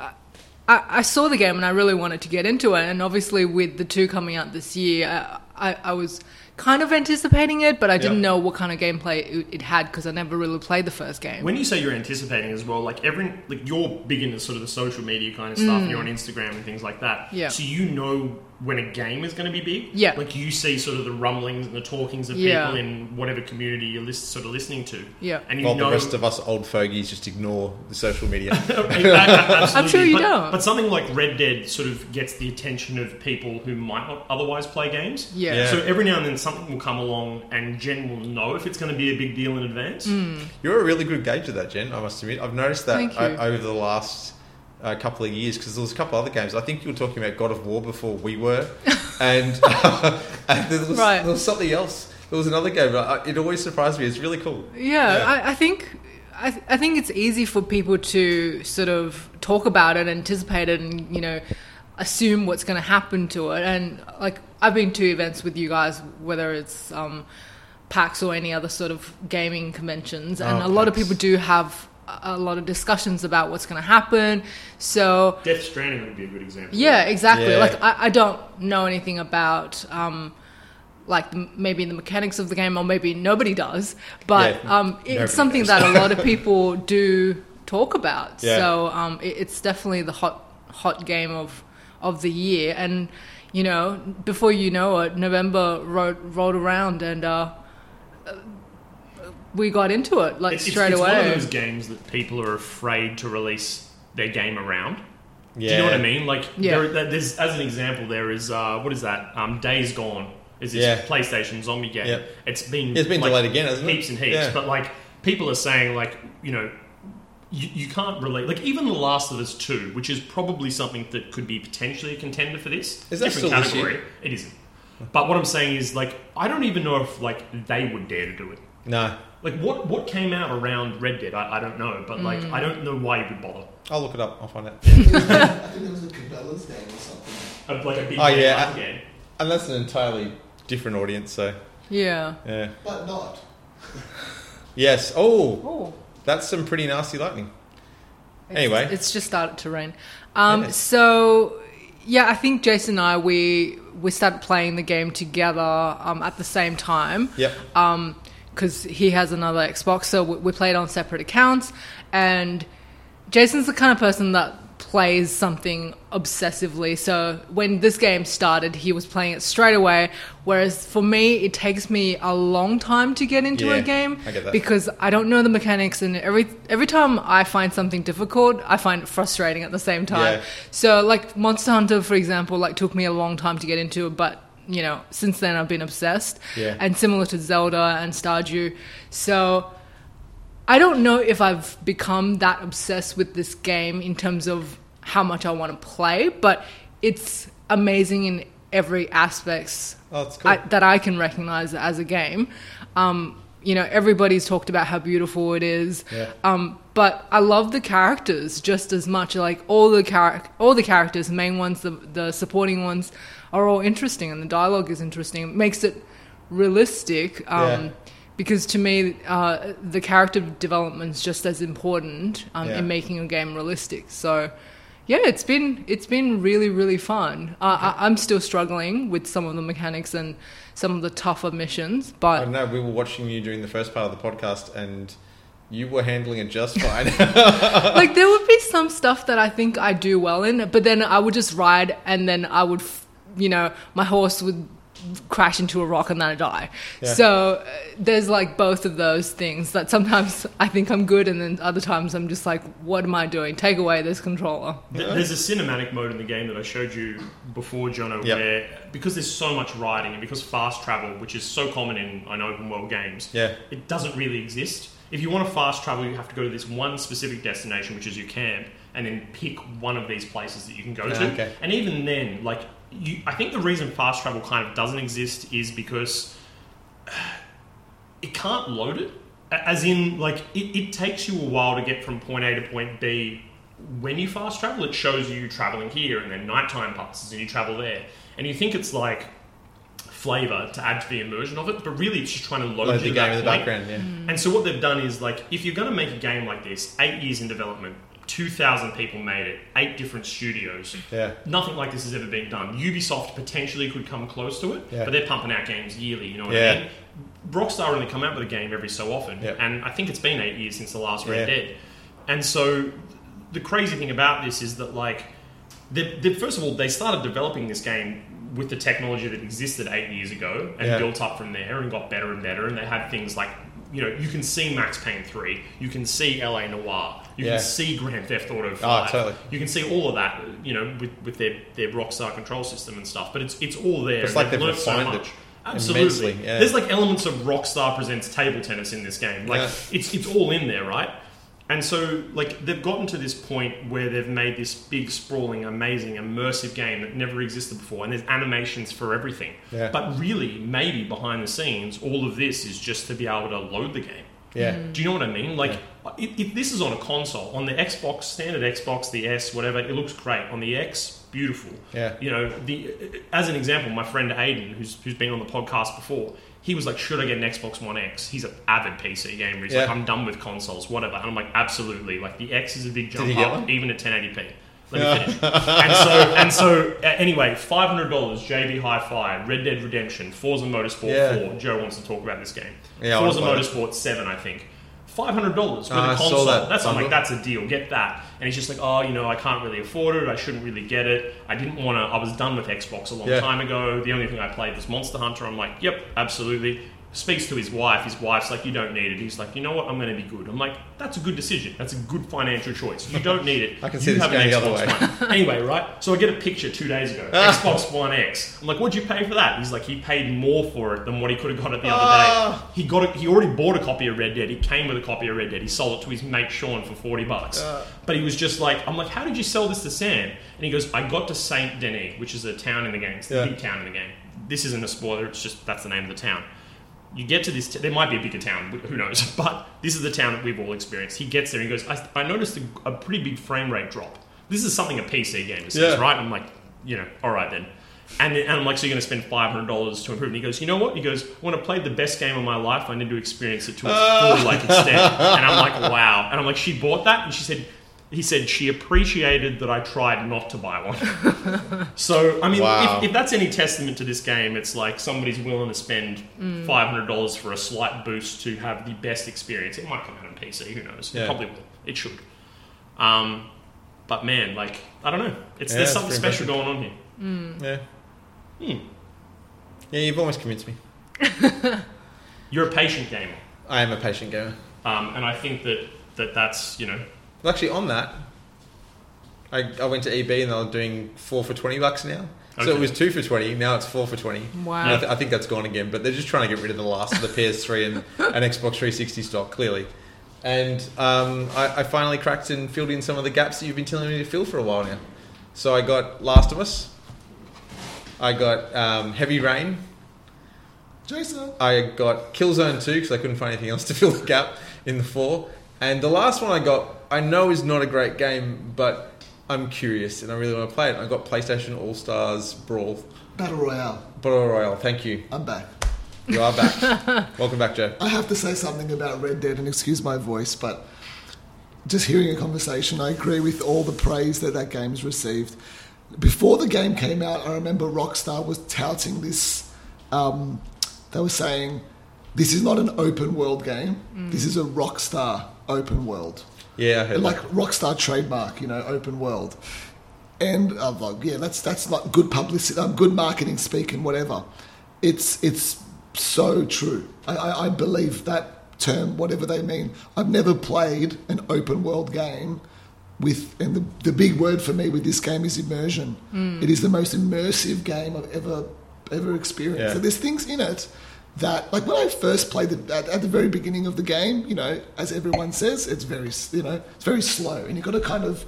Speaker 5: I, I saw the game and I really wanted to get into it, and obviously with the two coming out this year, I, I, I was kind of anticipating it, but I didn't
Speaker 2: Yeah.
Speaker 5: know what kind of gameplay it, it had because I never really played the first game.
Speaker 4: When you say you're anticipating as well, like every like you're big into sort of the social media kind of stuff. You're on Instagram and things like that.
Speaker 5: Mm. Yeah.
Speaker 4: So you know when a game is going to be big.
Speaker 5: Yeah.
Speaker 4: Like you see sort of the rumblings and the talkings of
Speaker 5: Yeah.
Speaker 4: people in whatever community you're list, sort of listening to.
Speaker 5: Yeah.
Speaker 4: And <laughs> you
Speaker 2: While
Speaker 4: know
Speaker 2: the
Speaker 4: <laughs>
Speaker 2: rest of us old fogies just ignore the social media.
Speaker 5: <laughs>
Speaker 4: Absolutely.
Speaker 5: I'm sure you
Speaker 4: but,
Speaker 5: don't.
Speaker 4: But something like Red Dead sort of gets the attention of people who might not otherwise play games.
Speaker 5: Yeah.
Speaker 2: Yeah.
Speaker 4: So every now and then something will come along, and Jen will know if it's going to be a big deal in advance.
Speaker 5: Mm.
Speaker 2: You're a really good gauge at that, Jen. I must admit, I've noticed that
Speaker 5: Thank you.
Speaker 2: o- over the last uh, couple of years because there was a couple other games. I think you were talking about God of War before we
Speaker 5: <laughs>
Speaker 2: were, and, <laughs> and there, was,
Speaker 5: Right.
Speaker 2: uh, there was something else. There was another game. but I- It always surprised me. It's really cool.
Speaker 5: yeah,
Speaker 2: Yeah.
Speaker 5: I, I think I, th- I think it's easy for people to sort of talk about it, anticipate it, and you know, assume what's going to happen to it. And like I've been to events with you guys, whether it's um, PAX or any other sort of gaming conventions, and
Speaker 2: Oh,
Speaker 5: a lot of
Speaker 2: PAX.
Speaker 5: people do have a- a lot of discussions about what's going to happen. So
Speaker 4: Death Stranding would be a good example.
Speaker 5: yeah, exactly.
Speaker 2: Yeah.
Speaker 5: Like I, I don't know anything about um, like the, maybe the mechanics of the game, or maybe nobody does. But
Speaker 2: Yeah,
Speaker 5: um,
Speaker 2: nobody
Speaker 5: it's something
Speaker 2: does.
Speaker 5: that a lot of people <laughs> do talk about.
Speaker 2: Yeah.
Speaker 5: So um, it, it's definitely the hot hot game of of the year, and you know, before you know it, November ro- rolled around, and uh, uh, we got into it like
Speaker 4: It's, it's-
Speaker 5: straight
Speaker 4: it's
Speaker 5: away.
Speaker 4: one of those games that people are afraid to release their game around.
Speaker 2: Yeah.
Speaker 4: Do you know what I mean? Like,
Speaker 5: Yeah.
Speaker 4: there, there- there's as an example, there is uh, what is that? Um, Days Gone is this
Speaker 2: Yeah.
Speaker 4: PlayStation zombie game.
Speaker 2: Yep.
Speaker 4: It's been
Speaker 2: It's been
Speaker 4: like,
Speaker 2: delayed again, hasn't it?
Speaker 4: heaps and heaps.
Speaker 2: Yeah.
Speaker 4: But like, people are saying like, you know, you, you can't relate. Like, even The Last of Us Two, which is probably something that could be potentially a contender for this.
Speaker 2: Is that
Speaker 4: different
Speaker 2: still this year?
Speaker 4: category? It isn't. But what I'm saying is like, I don't even know if like they would dare to do it.
Speaker 2: No.
Speaker 4: Like, what what came out around Red Dead? I, I don't know, but like, I don't know why you would bother.
Speaker 2: I'll look it up. I'll find out.
Speaker 3: I think it was a Cabela's game or something.
Speaker 4: Uh, Like a big
Speaker 2: Oh,
Speaker 4: game,
Speaker 2: yeah.
Speaker 4: like a game.
Speaker 2: And that's an entirely different audience, so
Speaker 5: yeah.
Speaker 2: yeah.
Speaker 3: But not.
Speaker 2: Yes. Oh,
Speaker 5: Oh.
Speaker 2: that's some pretty nasty lightning. Anyway.
Speaker 5: it's, it's just started to rain. Um,
Speaker 2: Yeah.
Speaker 5: So yeah, I think Jason and I we we started playing the game together um, at the same time
Speaker 2: Yep.
Speaker 5: because he has another Xbox, so we, we played on separate accounts. And Jason's the kind of person that plays something obsessively. So when this game started, he was playing it straight away. Whereas for me, it takes me a long time to get into
Speaker 2: Yeah,
Speaker 5: a game
Speaker 2: I get that.
Speaker 5: because I don't know the mechanics, and every every time I find something difficult, I find it frustrating at the same time.
Speaker 2: Yeah.
Speaker 5: So, like Monster Hunter, for example, like took me a long time to get into, but you know, since then I've been obsessed.
Speaker 2: Yeah.
Speaker 5: And similar to Zelda and Stardew, so I don't know if I've become that obsessed with this game in terms of how much I want to play, but it's amazing in every aspects
Speaker 2: Oh, that's cool.
Speaker 5: I, that I can recognize as a game. Um, you know, everybody's talked about how beautiful it is.
Speaker 2: Yeah.
Speaker 5: Um, but I love the characters just as much. Like all the char- all the characters, the main ones, the the supporting ones, are all interesting, and the dialogue is interesting. It makes it realistic. Um,
Speaker 2: Yeah.
Speaker 5: Because to me, uh, the character development is just as important um,
Speaker 2: Yeah.
Speaker 5: in making a game realistic. So, yeah, it's been it's been really really fun. Uh, I, I'm still struggling with some of the mechanics and some of the tougher missions,
Speaker 2: I
Speaker 5: but
Speaker 2: don't know. We were watching you during the first part of the podcast, and you were handling it just fine. <laughs>
Speaker 5: like there would be some stuff that I think I do well in, but then I would just ride and then I would, f- you know, my horse would crash into a rock and then I die.
Speaker 2: Yeah.
Speaker 5: So uh, there's like both of those things that sometimes I think I'm good and then other times I'm just like, what am I doing? Take away this controller.
Speaker 4: Th- There's a cinematic mode in the game that I showed you before, Jono,
Speaker 2: Yep.
Speaker 4: where because there's so much riding and because fast travel, which is so common in, in open world games,
Speaker 2: Yeah.
Speaker 4: it doesn't really exist. If you want to fast travel, you have to go to this one specific destination, which is your camp, and then pick one of these places that you can go
Speaker 2: Ah,
Speaker 4: to.
Speaker 2: okay.
Speaker 4: And even then, like, you, I think the reason fast travel kind of doesn't exist is because it can't load it. A- As in, like, it, it takes you a while to get from point A to point B. When you fast travel, it shows you traveling here, and then nighttime passes, and you travel there. And you think it's like flavor to add to the immersion of it, but really it's just trying to load
Speaker 2: like the
Speaker 4: you to
Speaker 2: game
Speaker 4: that
Speaker 2: in the
Speaker 4: point.
Speaker 2: background. Yeah.
Speaker 4: And so what they've done is like, if you're going to make a game like this, eight years in development, two thousand people made it, eight different studios.
Speaker 2: Yeah.
Speaker 4: Nothing like this has ever been done. Ubisoft potentially could come close to it,
Speaker 2: Yeah.
Speaker 4: but they're pumping out games yearly. You know what
Speaker 2: Yeah.
Speaker 4: I mean? Rockstar only come out with a game every so often,
Speaker 2: Yeah.
Speaker 4: and I think it's been eight years since the last Red
Speaker 2: Yeah.
Speaker 4: Dead. And so, th- the crazy thing about this is that like, they, they, first of all, they started developing this game with the technology that existed eight years ago and
Speaker 2: Yeah.
Speaker 4: built up from there and got better and better. And they had things like, you know, you can see Max Payne 3, you can see LA Noir, you
Speaker 2: Yeah.
Speaker 4: can see Grand Theft Auto 5.
Speaker 2: Ah, totally.
Speaker 4: You can see all of that, you know, with, with their, their Rockstar control system and stuff. But it's, it's all there.
Speaker 2: It's
Speaker 4: and
Speaker 2: like they've
Speaker 4: learnt so
Speaker 2: refined it
Speaker 4: much. Absolutely.
Speaker 2: immensely, yeah.
Speaker 4: There's like elements of Rockstar Presents table tennis in this game. Like,
Speaker 2: Yeah.
Speaker 4: it's, it's all in there, right? And so, like, they've gotten to this point where they've made this big, sprawling, amazing, immersive game that never existed before, and there's animations for everything.
Speaker 2: Yeah.
Speaker 4: But really, maybe behind the scenes, all of this is just to be able to load the game.
Speaker 2: Yeah.
Speaker 4: Do you know what I mean? Like, if, if this is on a console, on the Xbox, standard Xbox, the S, whatever, it looks great. On the X, beautiful.
Speaker 2: Yeah.
Speaker 4: You know, the as an example, my friend Aiden, who's who's been on the podcast before, he was like, "Should I get an Xbox One X?" He's an avid PC gamer. He's like,
Speaker 2: Yeah.
Speaker 4: "I'm done with consoles, whatever." And I'm like, "Absolutely! Like, the X is a big jump
Speaker 2: he get
Speaker 4: up,
Speaker 2: one?
Speaker 4: even at 1080p." Let me finish. and so, and so, uh, anyway, five hundred dollars. JB Hi-Fi, Red Dead Redemption, Forza Motorsport
Speaker 2: Yeah.
Speaker 4: Four. Joe wants to talk about this game.
Speaker 2: Yeah, I
Speaker 4: Forza
Speaker 2: wanna play it.
Speaker 4: Motorsport Seven, I think. Five hundred dollars with
Speaker 2: Ah, I
Speaker 4: a
Speaker 2: saw
Speaker 4: console.
Speaker 2: that
Speaker 4: That's I'm like
Speaker 2: bundle.
Speaker 4: that's a deal. Get that. And he's just like, oh, you know, I can't really afford it. I shouldn't really get it. I didn't want to. I was done with Xbox a long
Speaker 2: Yeah.
Speaker 4: time ago. The only thing I played was Monster Hunter. I'm like, yep, absolutely. Speaks to his wife. His wife's like, you don't need it. He's like, you know what? I'm going to be good. I'm like, that's a good decision. That's a good financial choice. You don't need
Speaker 2: <laughs>
Speaker 4: it.
Speaker 2: I can
Speaker 4: You
Speaker 2: see this
Speaker 4: have
Speaker 2: going
Speaker 4: an
Speaker 2: the other
Speaker 4: Xbox
Speaker 2: way.
Speaker 4: One anyway, right? So I get a picture two
Speaker 2: <laughs>
Speaker 4: days ago, Xbox One X. I'm like, what'd you pay for that? He's like, he paid more for it than what he could have got it the other
Speaker 2: Ah.
Speaker 4: day. He got it, he already bought a copy of Red Dead. He came with a copy of Red Dead. He sold it to his mate Sean for forty bucks.
Speaker 2: Ah.
Speaker 4: But he was just like, I'm like, how did you sell this to Sam? And he goes, I got to Saint Denis, which is a town in the game. It's the
Speaker 2: Yeah.
Speaker 4: big town in the game. This isn't a spoiler. It's just that's the name of the town. You get to this, t- there might be a bigger town, wh- who knows? <laughs> But this is the town that we've all experienced. He gets there and he goes, I, I noticed a, a pretty big frame rate drop. This is something a PC gamer says,
Speaker 2: Yeah.
Speaker 4: right? I'm like, you know, all right then. And, then- and I'm like, so you're going to spend $500 to improve? And he goes, you know what? He goes, when I played the best game of my life, I need to experience it to its
Speaker 2: Ah.
Speaker 4: full like
Speaker 2: <laughs>
Speaker 4: extent. And I'm like, wow. And I'm like, she bought that? And she said, he said she appreciated that I tried not to buy one.
Speaker 2: <laughs>
Speaker 4: So I mean,
Speaker 2: Wow.
Speaker 4: if, if that's any testament to this game, it's like somebody's willing to spend five hundred dollars for a slight boost to have the best experience. It might come out on PC. Who knows? It
Speaker 2: Yeah.
Speaker 4: probably will. It should. Um, but man, like I don't know. It's
Speaker 2: Yeah,
Speaker 4: there's
Speaker 2: it's
Speaker 4: something
Speaker 2: pretty
Speaker 4: special going on here.
Speaker 2: Yeah.
Speaker 4: Hmm.
Speaker 2: Yeah, you've almost convinced me.
Speaker 4: You're a patient gamer,
Speaker 2: I am a patient gamer.
Speaker 4: um, and I think that, that that's you know
Speaker 2: Well, actually, on that, I, I went to EB and they were doing four for 20 bucks now. So
Speaker 4: Okay.
Speaker 2: it was two for 20, now it's four for 20.
Speaker 5: Wow.
Speaker 2: And I, th- I think that's gone again, but they're just trying to get rid of the last of the PS3 and, and Xbox 360 stock, clearly. And um, I, I finally cracked and filled in some of the gaps that you've been telling me to fill for a while now. So I got Last of Us, I got um, Heavy Rain,
Speaker 3: Jason.
Speaker 2: I got Killzone 2 because I couldn't find anything else to <laughs> fill the gap in the 4. And the last one I got, I know is not a great game, but I'm curious and I really want to play it. I got PlayStation All Stars Brawl,
Speaker 3: Battle Royale.
Speaker 2: Battle Royale. Thank you.
Speaker 3: I'm back.
Speaker 2: You are back. Welcome back, Joe.
Speaker 3: I have to say something about Red Dead and excuse my voice, but just hearing a conversation, I agree with all the praise that that game's received. Before the game came out, I remember Rockstar was touting this. Um, they were saying, "This is not an open world game. This is a Rockstar open world."
Speaker 2: Yeah, I heard
Speaker 3: And like
Speaker 2: that.
Speaker 3: Rockstar trademark, you know, open world. And I'm like, yeah, that's that's not good publicity, um, good marketing speak, and whatever. It's it's so true. I, I, I believe that term, whatever they mean. I've never played an open world game with, and the, the big word for me with this game is immersion. It is the most immersive game I've ever ever experienced.
Speaker 2: Yeah.
Speaker 3: So there's things in it that, like when I first played the, at, at the very beginning of the game, you know, as everyone says, it's very s- you know it's very slow, and you've got to kind of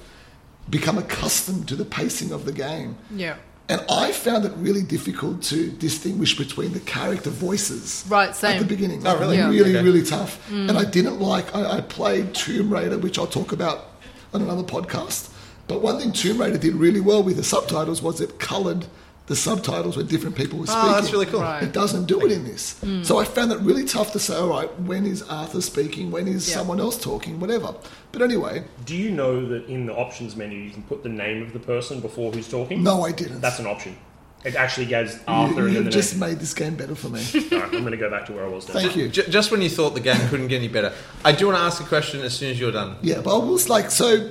Speaker 3: become accustomed to the pacing of the game.
Speaker 5: Yeah.
Speaker 3: And I found it really difficult to distinguish between the character voices.
Speaker 5: Right,
Speaker 3: At
Speaker 5: same. Mm.
Speaker 3: the beginning.
Speaker 2: Oh,
Speaker 3: Like,
Speaker 2: really?
Speaker 5: Yeah.
Speaker 3: Really,
Speaker 2: Okay.
Speaker 3: really tough. And I didn't like, I, I played Tomb Raider, which I'll talk about on another podcast. But one thing Tomb Raider did really well with the subtitles was it coloured the subtitles when different people were speaking.
Speaker 2: Oh, that's really cool.
Speaker 5: Right. Mm.
Speaker 3: It doesn't do it in this. So I found it really tough to say, all right, when is Arthur speaking? When is
Speaker 5: Yeah.
Speaker 3: someone else talking? Whatever. But anyway,
Speaker 4: Do you know that in the options menu you can put the name of the person before who's talking?
Speaker 3: no, I didn't.
Speaker 4: That's an option. It actually goes
Speaker 3: you,
Speaker 4: after and
Speaker 3: you
Speaker 4: then the
Speaker 3: just
Speaker 4: name.
Speaker 3: made this game better for me.
Speaker 4: <laughs> All right, I'm going to go back to where I was. Now.
Speaker 3: Thank you.
Speaker 2: J- just when you thought the game couldn't get any better, I do want to ask a question as soon as you're done.
Speaker 3: Yeah, but I was like, so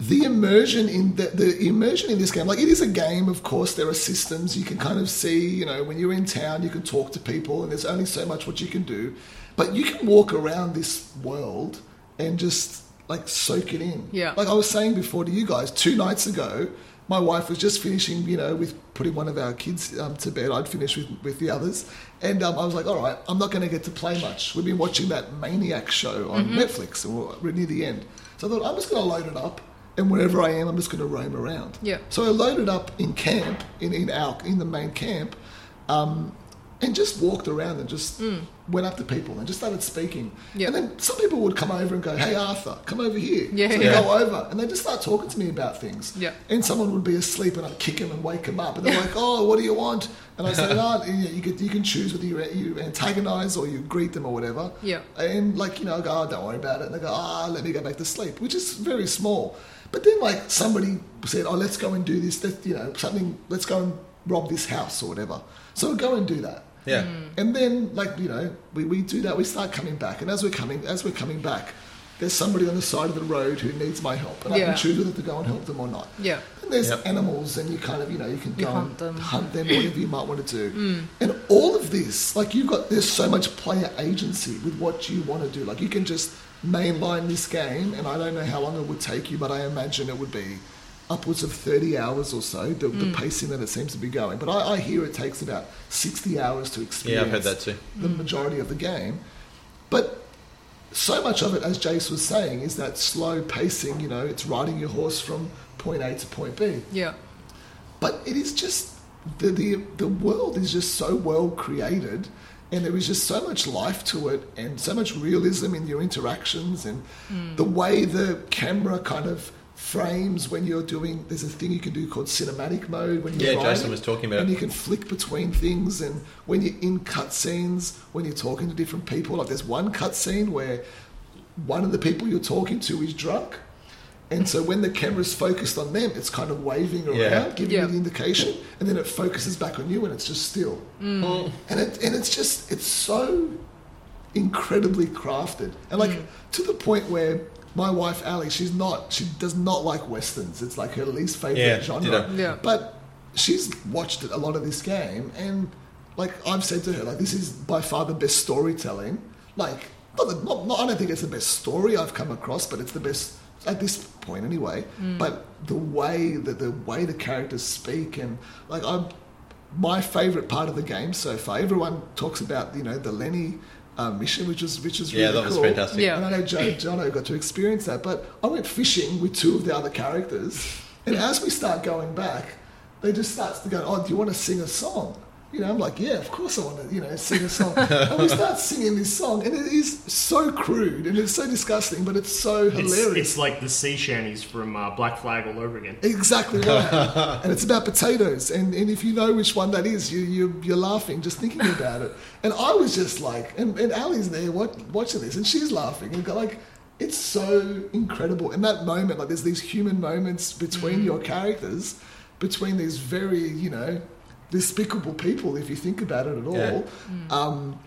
Speaker 3: the immersion in the, the immersion in this game, like it is a game. Of course, there are systems you can kind of see. You know, when you're in town, you can talk to people, and there's only so much what you can do. But you can walk around this world and just like soak it in.
Speaker 5: Yeah.
Speaker 3: Like I was saying before to you guys, two nights ago, my wife was just finishing, you know, with putting one of our kids um, to bed. I'd finished with, with the others. And um, I was like, all right, I'm not going to get to play much. We've been watching that Maniac show
Speaker 5: Mm-hmm.
Speaker 3: on Netflix and we're- we're near the end. So I thought, I'm just going to load it up. And wherever I am, I'm just going to roam around.
Speaker 5: Yeah.
Speaker 3: So I loaded up in camp, in, in, our, in the main camp um, and just walked around and just went up to people and just started speaking.
Speaker 5: Mm. Yeah.
Speaker 3: And then some people would come over and go, "Hey Arthur, come over here."
Speaker 5: Yeah,
Speaker 3: so I'd
Speaker 5: yeah.
Speaker 3: go over and they just start talking to me about things.
Speaker 5: Yeah.
Speaker 3: And someone would be asleep and I'd kick him and wake him up and they're like, "Oh, what do you want?" And I
Speaker 5: <laughs>
Speaker 3: said, "Oh, you, know, you, could, you can choose whether you, you antagonize or you greet them or whatever."
Speaker 5: Yeah.
Speaker 3: And like, you know, I go, oh, don't worry about it. And they go, ah, let me go back to sleep, which is very small. But then like somebody said, oh, let's go and do this, let you know, something, let's go and rob this house or whatever. So we go and do that.
Speaker 2: Yeah.
Speaker 3: And then like, you know, we, we do that, we start coming back. And as we're coming, as we're coming back, there's somebody on the side of the road who needs my help. And I
Speaker 5: Yeah.
Speaker 3: can choose whether to go and help them or not.
Speaker 5: Yeah.
Speaker 3: And there's
Speaker 2: Yep.
Speaker 3: animals, and you kind of, you know, you can
Speaker 5: You
Speaker 3: go
Speaker 5: hunt
Speaker 3: and
Speaker 5: them. Mm.
Speaker 3: hunt them, whatever you might want to do. And all of this, like you've got, there's so much player agency with what you want to do. Like you can just mainline this game, and I don't know how long it would take you, but I imagine it would be upwards of 30 hours or so, the,
Speaker 5: Mm.
Speaker 3: the pacing that it seems to be going. But I, I hear it takes about 60 hours to
Speaker 2: Yeah,
Speaker 3: experience
Speaker 2: I've heard that too.
Speaker 3: the majority of the game. But so much of it, as Jace was saying, is that slow pacing, you know, it's riding your horse from point A to point B.
Speaker 5: Yeah.
Speaker 3: But it is just, the, the, the world is just so well created and there is just so much life to it and so much realism in your interactions and the way the camera kind of frames when you're doing there's a thing you can do called cinematic mode when you're
Speaker 2: Yeah,
Speaker 3: riding,
Speaker 2: Jason was talking about
Speaker 3: and
Speaker 2: it.
Speaker 3: you can flick between things and when you're in cutscenes when you're talking to different people like there's one cutscene where one of the people you're talking to is drunk and so when the camera's focused on them it's kind of waving around
Speaker 2: Yeah.
Speaker 3: giving
Speaker 5: Yeah.
Speaker 3: you the indication and then it focuses back on you and it's just still
Speaker 5: Mm.
Speaker 2: Mm.
Speaker 3: and it and it's just it's so incredibly crafted and like
Speaker 5: Mm.
Speaker 3: to the point where my wife Ali, she's not she does not like westerns. It's like her least favorite
Speaker 2: Yeah,
Speaker 3: genre.
Speaker 2: ditto.
Speaker 5: Yeah.
Speaker 3: But she's watched a lot of this game and like I've said to her like this is by far the best storytelling. Like not, the, not, not I don't think it's the best story I've come across, but it's the best at this point anyway. But the way that the way the characters speak and like I'm my favorite part of the game so far. Everyone talks about you know the Lenny uh, mission, which is which is
Speaker 2: Yeah,
Speaker 3: really
Speaker 2: that was
Speaker 3: cool.
Speaker 2: fantastic.
Speaker 5: Yeah.
Speaker 3: And I know Joe Jono got to experience that, but I went fishing with two of the other characters, and as we start going back, they just starts to go, "Oh, do you want to sing a song?" You know, I'm like, "Yeah, of course I want to," you know, sing a song. and we start singing this song, and it is so crude and it's so disgusting, but it's so
Speaker 1: It's,
Speaker 3: hilarious.
Speaker 1: it's like the sea shanties from uh, Black Flag all over again.
Speaker 3: Exactly right. and it's about potatoes. And, and if you know which one that is, you, you, you're laughing just thinking about it. And I was just like, and, and Ali's there wat watching this, and she's laughing. And got like, it's so incredible. And that moment, like, there's these human moments between your characters, between these very, you know, despicable people, if you think about it at all.
Speaker 2: Yeah.
Speaker 3: Um,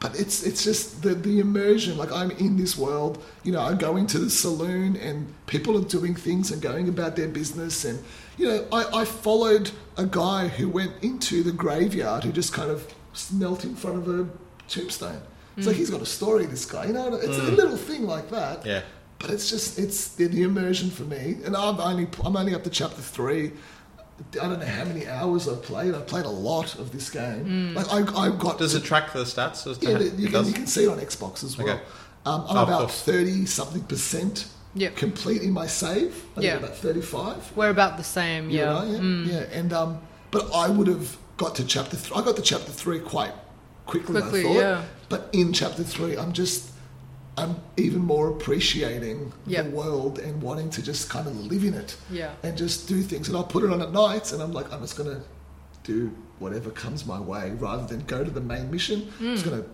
Speaker 3: but it's it's just the the immersion. Like I'm in this world. You know, I go into the saloon and people are doing things and going about their business. And you know, I, I followed a guy who went into the graveyard who just kind of knelt in front of a tombstone. It's
Speaker 2: Hmm.
Speaker 3: like he's got a story. This guy, you know, it's a little thing like that.
Speaker 2: Yeah.
Speaker 3: But it's just it's the, the immersion for me, and I'm only I'm only up to chapter three. I don't know how many hours I've played. I've played a lot of this game. Like I, I got
Speaker 2: Hmm. Does
Speaker 3: to-
Speaker 2: it track the stats? As to
Speaker 3: yeah,
Speaker 2: how-
Speaker 3: you, can,
Speaker 2: does?
Speaker 3: you can see it on Xbox as well.
Speaker 2: Uh-huh. Okay.
Speaker 3: Um, I'm
Speaker 2: Oh, of
Speaker 3: about
Speaker 2: course.
Speaker 3: 30 something percent
Speaker 5: Yeah.
Speaker 3: complete in my save. I
Speaker 5: Yeah.
Speaker 3: think about 35.
Speaker 5: We're about the same.
Speaker 3: you
Speaker 5: Yeah. Mm.
Speaker 3: know, yeah. yeah. And, um, but I would have got to chapter three. I got to chapter three quite quickly,
Speaker 5: Quickly,
Speaker 3: I thought.
Speaker 5: yeah.
Speaker 3: But in chapter three, I'm just, I'm even more appreciating
Speaker 5: Yeah.
Speaker 3: the world and wanting to just kind of live in it
Speaker 5: Yeah.
Speaker 3: and just do things. And I'll put it on at night, and I'm like, I'm just gonna do whatever comes my way rather than go to the main mission. I'm
Speaker 5: Hmm.
Speaker 3: just gonna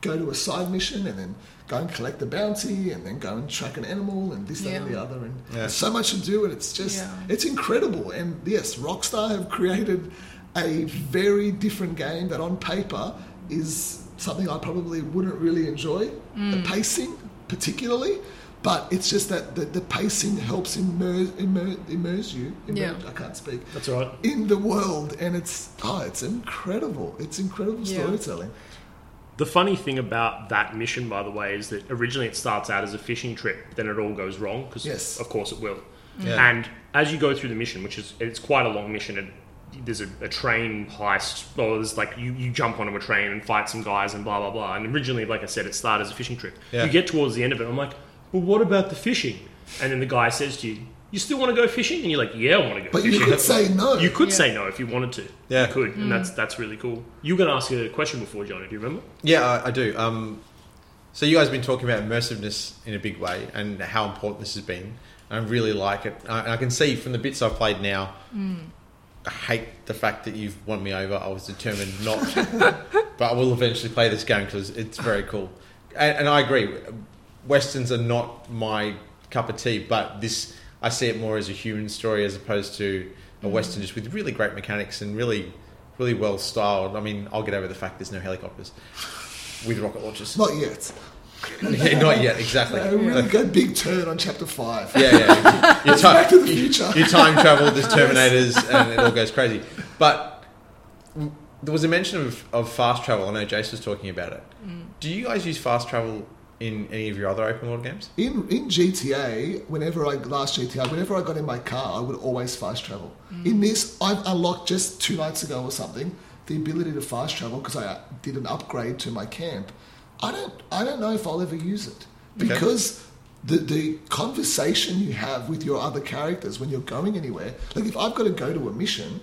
Speaker 3: go to a side mission and then go and collect the bounty and then go and track an animal and this, that, and
Speaker 5: Yeah.
Speaker 3: the other. And
Speaker 2: Yeah.
Speaker 3: there's so much to do, and it's just
Speaker 5: Yeah.
Speaker 3: it's incredible. And yes, Rockstar have created a very different game that on paper is something I probably wouldn't really enjoy.
Speaker 5: Mm.
Speaker 3: The pacing, particularly. But it's just that the, the pacing helps immerse, immerse, immerse you.
Speaker 5: Yeah.
Speaker 3: Immer- I can't speak.
Speaker 1: That's all right.
Speaker 3: In the world, and it's oh, it's incredible. It's incredible
Speaker 5: Yeah.
Speaker 3: storytelling.
Speaker 1: The funny thing about that mission, by the way, is that originally it starts out as a fishing trip, but then it all goes wrong because,
Speaker 3: Yes.
Speaker 1: of course, it will.
Speaker 2: Yeah.
Speaker 1: And as you go through the mission, which is it's quite a long mission, it, there's a, a train heist, or there's like you, you jump onto a train and fight some guys and blah blah blah. And originally, like I said, it started as a fishing trip.
Speaker 2: Yeah.
Speaker 1: You get towards the end of it, I'm like, but what about the fishing? And then the guy says to you,
Speaker 4: you still want to go fishing? And you're like, yeah, I want to go
Speaker 3: But
Speaker 4: fishing.
Speaker 3: you could
Speaker 4: That's
Speaker 3: say no.
Speaker 4: You could
Speaker 5: Yeah.
Speaker 4: say no if you wanted to.
Speaker 2: Yeah.
Speaker 4: You could, and that's that's really cool. You were going to ask a question before, Johnny. Do you remember?
Speaker 2: Yeah, I, I do. Um, so you guys have been talking about immersiveness in a big way and how important this has been. I really like it. I, I can see from the bits I've played now. I hate the fact that you've won me over. I was determined not, to. <laughs> but I will eventually play this game because it's very cool. And, and I agree. Westerns are not my cup of tea, but this I see it more as a human story as opposed to a western, just with really great mechanics and really, really well styled. I mean, I'll get over the fact there's no helicopters with rocket launchers.
Speaker 3: Not yet.
Speaker 2: Yeah, not yet, exactly.
Speaker 3: A really good big turn on chapter five.
Speaker 2: Yeah,
Speaker 3: <laughs>
Speaker 2: yeah. Your time,
Speaker 3: Back to the future.
Speaker 2: Your time travel,
Speaker 3: <laughs>
Speaker 2: there's Terminators, and it all goes crazy. But w- there was a mention of, of fast travel. I know Jace was talking about it.
Speaker 3: Mm.
Speaker 2: Do you guys use fast travel in any of your other open world games?
Speaker 3: In in GTA, whenever I last GTA, whenever I got in my car, I would always fast travel. In this, I've unlocked just two nights ago or something the ability to fast travel because I uh, did an upgrade to my camp. I don't I don't know if I'll ever use it
Speaker 2: Okay.
Speaker 3: because the the conversation you have with your other characters when you're going anywhere. Like if I've got to go to a mission.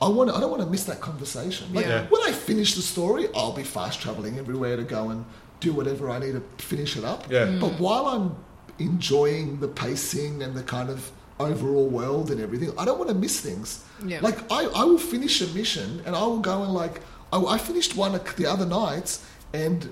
Speaker 3: I want. I don't want to miss that conversation. Like,
Speaker 5: Yeah.
Speaker 3: When I finish the story, I'll be fast traveling everywhere to go and do whatever I need to finish it up.
Speaker 2: Yeah.
Speaker 3: But while I'm enjoying the pacing and the kind of overall world and everything, I don't want to miss things.
Speaker 5: Yeah.
Speaker 3: Like I, I will finish a mission and I will go and like I, I finished one the other night and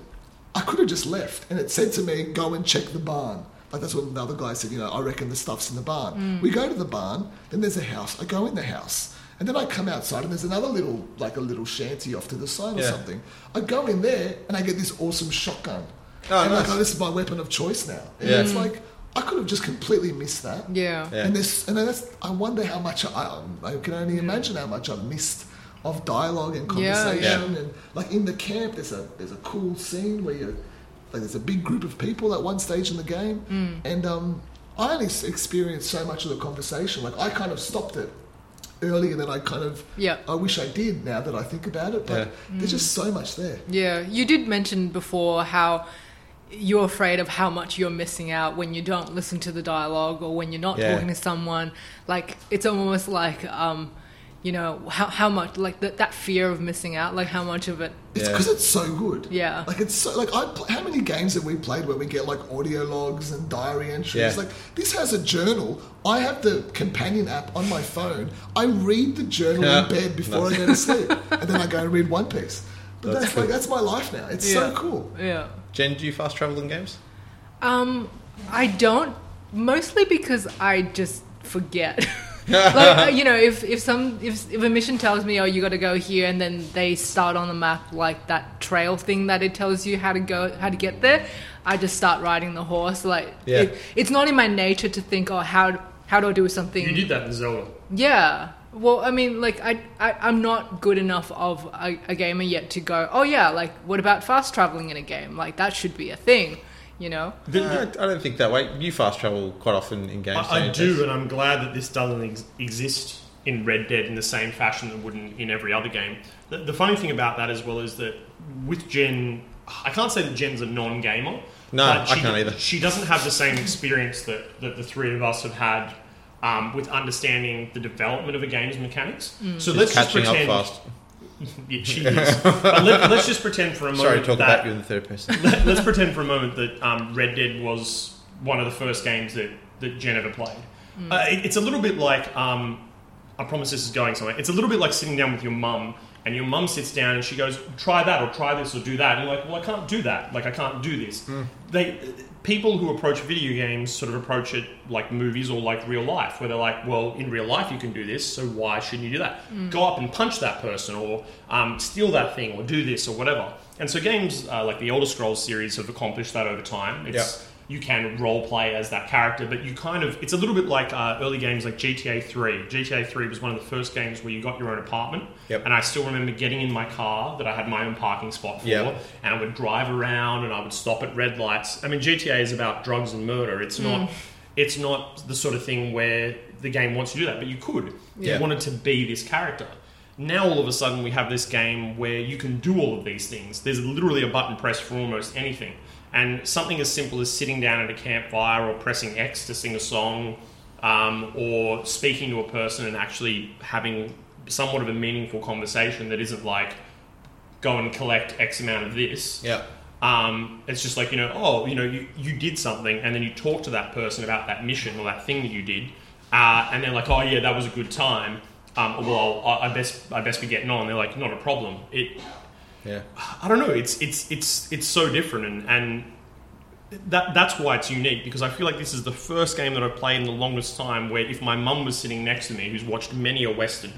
Speaker 3: I could have just left and it said to me go and check the barn. Like that's what another guy said. You know, I reckon the stuff's in the barn. We go to the barn, then there's a house. I go in the house. And then I come outside and there's another little, like a little shanty off to the side or
Speaker 2: Yeah.
Speaker 3: something. I go in there and I get this awesome shotgun.
Speaker 2: Oh,
Speaker 3: and like,
Speaker 2: nice.
Speaker 3: I this is my weapon of choice now. And
Speaker 2: Yeah.
Speaker 3: it's like I could have just completely missed that.
Speaker 5: Yeah.
Speaker 2: Yeah.
Speaker 3: And this, and that's. I wonder how much I, um, I can only imagine how much I've missed of dialogue and
Speaker 5: Yeah, yeah.
Speaker 3: conversation. And like in the camp, there's a there's a cool scene where you like there's a big group of people at one stage in the game,
Speaker 5: Mm.
Speaker 3: and um, I only s- experienced so much of the conversation. Like I kind of stopped it earlier than I kind of.
Speaker 5: Yeah. Mm.
Speaker 3: I wish I did now that I think about it, but
Speaker 2: Yeah.
Speaker 3: there's just so much there.
Speaker 5: Yeah, you did mention before how you're afraid of how much you're missing out when you don't listen to the dialogue or when you're not
Speaker 2: Yeah.
Speaker 5: talking to someone. Like it's almost like um, you know how how much like that that fear of missing out, like how much of it.
Speaker 3: It's
Speaker 2: Yeah.
Speaker 3: because it's so good.
Speaker 5: Yeah.
Speaker 3: Like it's so like I. Pl- how many games have we played where we get like audio logs and diary entries?
Speaker 2: Yeah.
Speaker 3: Like this has a journal. I have the companion app on my phone. I read the journal
Speaker 2: Yeah.
Speaker 3: in
Speaker 2: <laughs>
Speaker 3: bed before I go to sleep, and then I go and read One Piece. But
Speaker 2: That's
Speaker 3: that's,
Speaker 2: cool.
Speaker 3: like that's my life now. It's so
Speaker 5: Yeah.
Speaker 3: cool.
Speaker 5: Yeah.
Speaker 2: Jen, do you fast travel in games?
Speaker 5: Um, I don't mostly because I just forget. <laughs> like uh, you know, if if some if if a mission tells me, oh, you got to go here, and then they start on the map like that trail thing that it tells you how to go, how to get there, I just start riding the horse. Like
Speaker 2: Yeah.
Speaker 5: it, it's not in my nature to think, oh, how how do I do something?
Speaker 4: You did that in Zelda.
Speaker 5: Yeah. Well, I mean, like, I, I, I'm not good enough of a, a gamer yet to go, oh, yeah, like, what about fast traveling in a game? Like, that should be a thing, you know?
Speaker 2: No, I I don't think that way. You fast travel quite often in games.
Speaker 4: I, I
Speaker 2: don't you,
Speaker 4: do, and I'm glad that this doesn't ex- exist in Red Dead in the same fashion that wouldn't in every other game. The, the funny thing about that as well is that with Jen, I can't say that Jen's a non-gamer.
Speaker 2: No,
Speaker 4: but
Speaker 2: I
Speaker 4: she-
Speaker 2: can't either.
Speaker 4: She doesn't have the same experience that, that the three of us have had um, with understanding the development of a game's mechanics. So let's
Speaker 2: Jace?
Speaker 4: just
Speaker 2: Catching up
Speaker 4: pretend
Speaker 2: fast.
Speaker 4: <laughs> Yeah, she is. but let, us just pretend for a moment
Speaker 2: Sorry to talk
Speaker 4: that
Speaker 2: about you in the third person.
Speaker 4: let, us pretend for a moment that um, Red Dead was one of the first games that, that Jen ever played. Uh, it- it's a little bit like, um, I promise this is going somewhere. It's a little bit like sitting down with your mum, and your mum sits down and she goes, try that, or try this, or do that. And you're like, well, I can't do that. Like, I can't do this. They, people who approach video games sort of approach it like movies or like real life, where they're like, well, in real life you can do this, so why shouldn't you do that? Go up and punch that person, or um, steal that thing, or do this, or whatever. And so games uh, like the Elder Scrolls series have accomplished that over time. It's you can role play as that character, but you kind of it's a little bit like uh, early games like GTA Three. GTA Three was one of the first games where you got your own apartment,
Speaker 2: Yep.
Speaker 4: and I still remember getting in my car that I had my own parking spot for,
Speaker 2: Yep.
Speaker 4: and I would drive around and I would stop at red lights. I mean, GTA is about drugs and murder. It's not. It's not the sort of thing where the game wants you to do that, but you could.
Speaker 2: Yeah.
Speaker 4: You wanted to be this character. Now all of a sudden we have this game where you can do all of these things. There's literally a button press for almost anything, and something as simple as sitting down at a campfire or pressing X to sing a song um, or speaking to a person and actually having somewhat of a meaningful conversation that isn't like go and collect X amount of this.
Speaker 2: Yeah.
Speaker 4: Um, it's just like, you know, oh, you know, you, you did something, and then you talk to that person about that mission or that thing that you did, uh, and they're like, oh, yeah, that was a good time. Um, well, I, I best I best be getting on. They're like, not a problem. It,
Speaker 2: Yeah.
Speaker 4: I don't know. It's it's it's it's so different, and and that that's why it's unique because I feel like this is the first game that I've played in the longest time where if my mum was sitting next to me, who's watched many a western,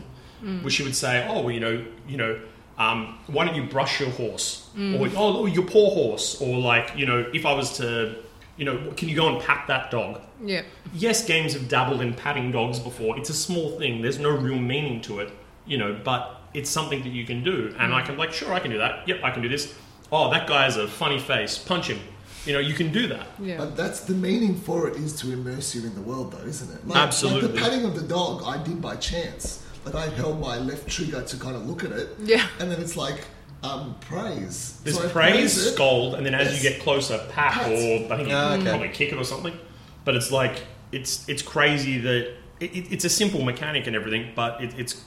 Speaker 4: where she would say, "Oh, well, you know, you know." Um, why don't you brush your horse, or oh, your poor horse, or like you know, if I was to, you know, can you go and pat that dog?
Speaker 5: Yeah.
Speaker 4: yes, games have dabbled in patting dogs before. It's a small thing. There's no real meaning to it, you know, but it's something that you can do. And I can, like, sure, I can do that. Yep, I can do this. Oh, that guy has a funny face. Punch him. You know, you can do that.
Speaker 5: Yeah.
Speaker 3: But that's the meaning for it is to immerse you in the world, though, isn't it? Like, Like
Speaker 4: Absolutely.
Speaker 3: the patting of the dog, I did by chance. Like I held my left trigger to kind of look at it.
Speaker 5: Yeah.
Speaker 3: And then it's like um, praise.
Speaker 4: There's
Speaker 3: So I
Speaker 4: praise,
Speaker 3: it.
Speaker 4: scold, and then as
Speaker 3: Yes.
Speaker 4: you get closer, pat,
Speaker 3: Pat.
Speaker 4: or I think you
Speaker 2: Ah, okay.
Speaker 4: probably kick it or something. But it's like it's it's crazy that it, it, it's a simple mechanic and everything, but it, it's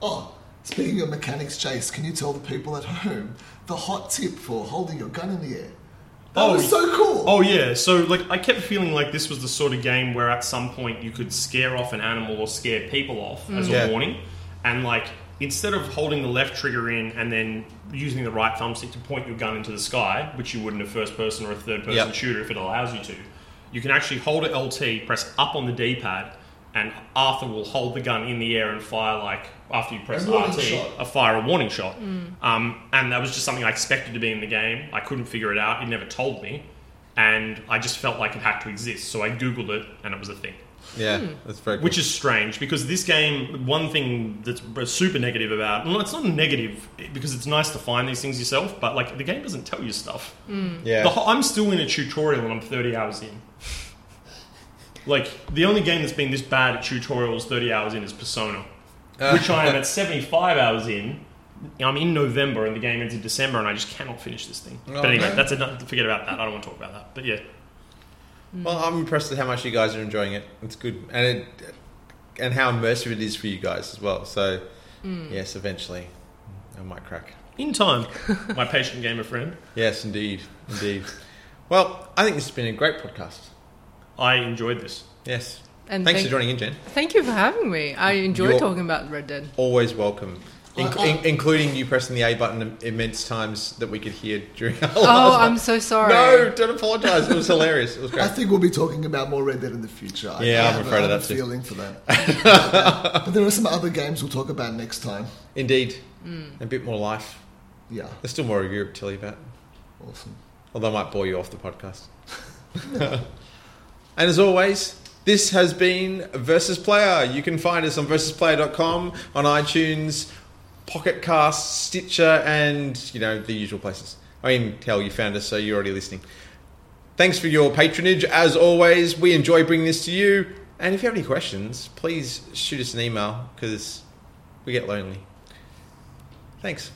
Speaker 3: Oh, speaking of mechanics, Chase, can you tell the people at home the hot tip for holding your gun in the air? That
Speaker 4: Oh,
Speaker 3: was so cool.
Speaker 4: Oh yeah, so like I kept feeling like this was the sort of game where at some point you could scare off an animal or scare people off as
Speaker 2: Mm. Yeah.
Speaker 4: a warning, and like instead of holding the left trigger in and then using the right thumbstick to point your gun into the sky, which you would in a first person or a third person
Speaker 2: Yep.
Speaker 4: shooter if it allows you to, you can actually hold it LT, press up on the D pad, and Arthur will hold the gun in the air and fire like after you press
Speaker 3: A warning
Speaker 4: RT,
Speaker 3: shot.
Speaker 4: a fire a warning shot. Um, and that was just something I expected to be in the game. I couldn't figure it out. It never told me. And I just felt like it had to exist. So I Googled it and it was a thing.
Speaker 2: Yeah. That's very cool.
Speaker 4: Hmm. Which is strange because this game, one thing that's super negative about, well, it's not negative because it's nice to find these things yourself, but like the game doesn't tell you stuff.
Speaker 2: yeah.
Speaker 4: The whole, I'm still in a tutorial and I'm 30 hours in. Like, the only game that's been this bad at tutorials 30 hours in is Persona,
Speaker 2: Uh,
Speaker 4: which
Speaker 2: <laughs>
Speaker 4: I am at 75 hours in. I'm in November and the game ends in December and I just cannot finish this thing.
Speaker 2: Oh,
Speaker 4: but anyway,
Speaker 2: no.
Speaker 4: that's enough. Forget about that. I don't want to talk about that. But yeah.
Speaker 2: Well, I'm impressed at how much you guys are enjoying it. It's good, and it, and how immersive it is for you guys as well. So,
Speaker 5: Mm.
Speaker 2: yes, eventually, I might crack. <laughs>
Speaker 4: In time, my patient gamer friend.
Speaker 2: Yes, indeed,
Speaker 5: <laughs>
Speaker 2: indeed. well, I think this has been a great podcast.
Speaker 4: I enjoyed this.
Speaker 2: Yes,
Speaker 5: And
Speaker 2: thanks
Speaker 5: thank-
Speaker 2: for joining in, Jen.
Speaker 5: Thank you for having me. I enjoy
Speaker 2: You're-
Speaker 5: talking about Red Dead.
Speaker 2: Always welcome. In-
Speaker 3: I- I-
Speaker 2: in- including you pressing the A button im- immense times that we could hear during our
Speaker 5: Oh,
Speaker 2: last
Speaker 5: I'm
Speaker 2: one.
Speaker 5: so sorry.
Speaker 2: No, don't apologise. It was hilarious. It was
Speaker 3: I
Speaker 5: <laughs>
Speaker 2: great.
Speaker 3: think we'll be talking about more Red Dead in the future. I-
Speaker 2: Yeah,
Speaker 3: I
Speaker 2: I'm
Speaker 3: have a-
Speaker 2: afraid
Speaker 3: I
Speaker 2: of
Speaker 3: have
Speaker 2: that
Speaker 3: a
Speaker 2: too.
Speaker 3: feeling for that.
Speaker 2: <laughs>
Speaker 3: but there are some other games we'll talk about next time.
Speaker 2: Indeed,
Speaker 5: Mm.
Speaker 2: a bit more life.
Speaker 3: Yeah,
Speaker 2: There's still more of Europe to tell you about.
Speaker 3: awesome.
Speaker 2: although I might bore you off the podcast. <laughs> and as always, this has been Versus Player. You can find us on versusplayer.com, on iTunes, Pocket Cast, Stitcher, and you know the usual places. I mean, tell you found us, so you're already listening. Thanks for your patronage. As always, we enjoy bringing this to you. And if you have any questions, please shoot us an email because we get lonely. Thanks.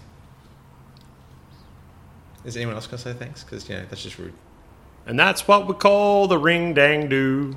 Speaker 2: Is anyone else going to say thanks? Because, you know, that's just rude.
Speaker 6: And that's what we call the ring dang do.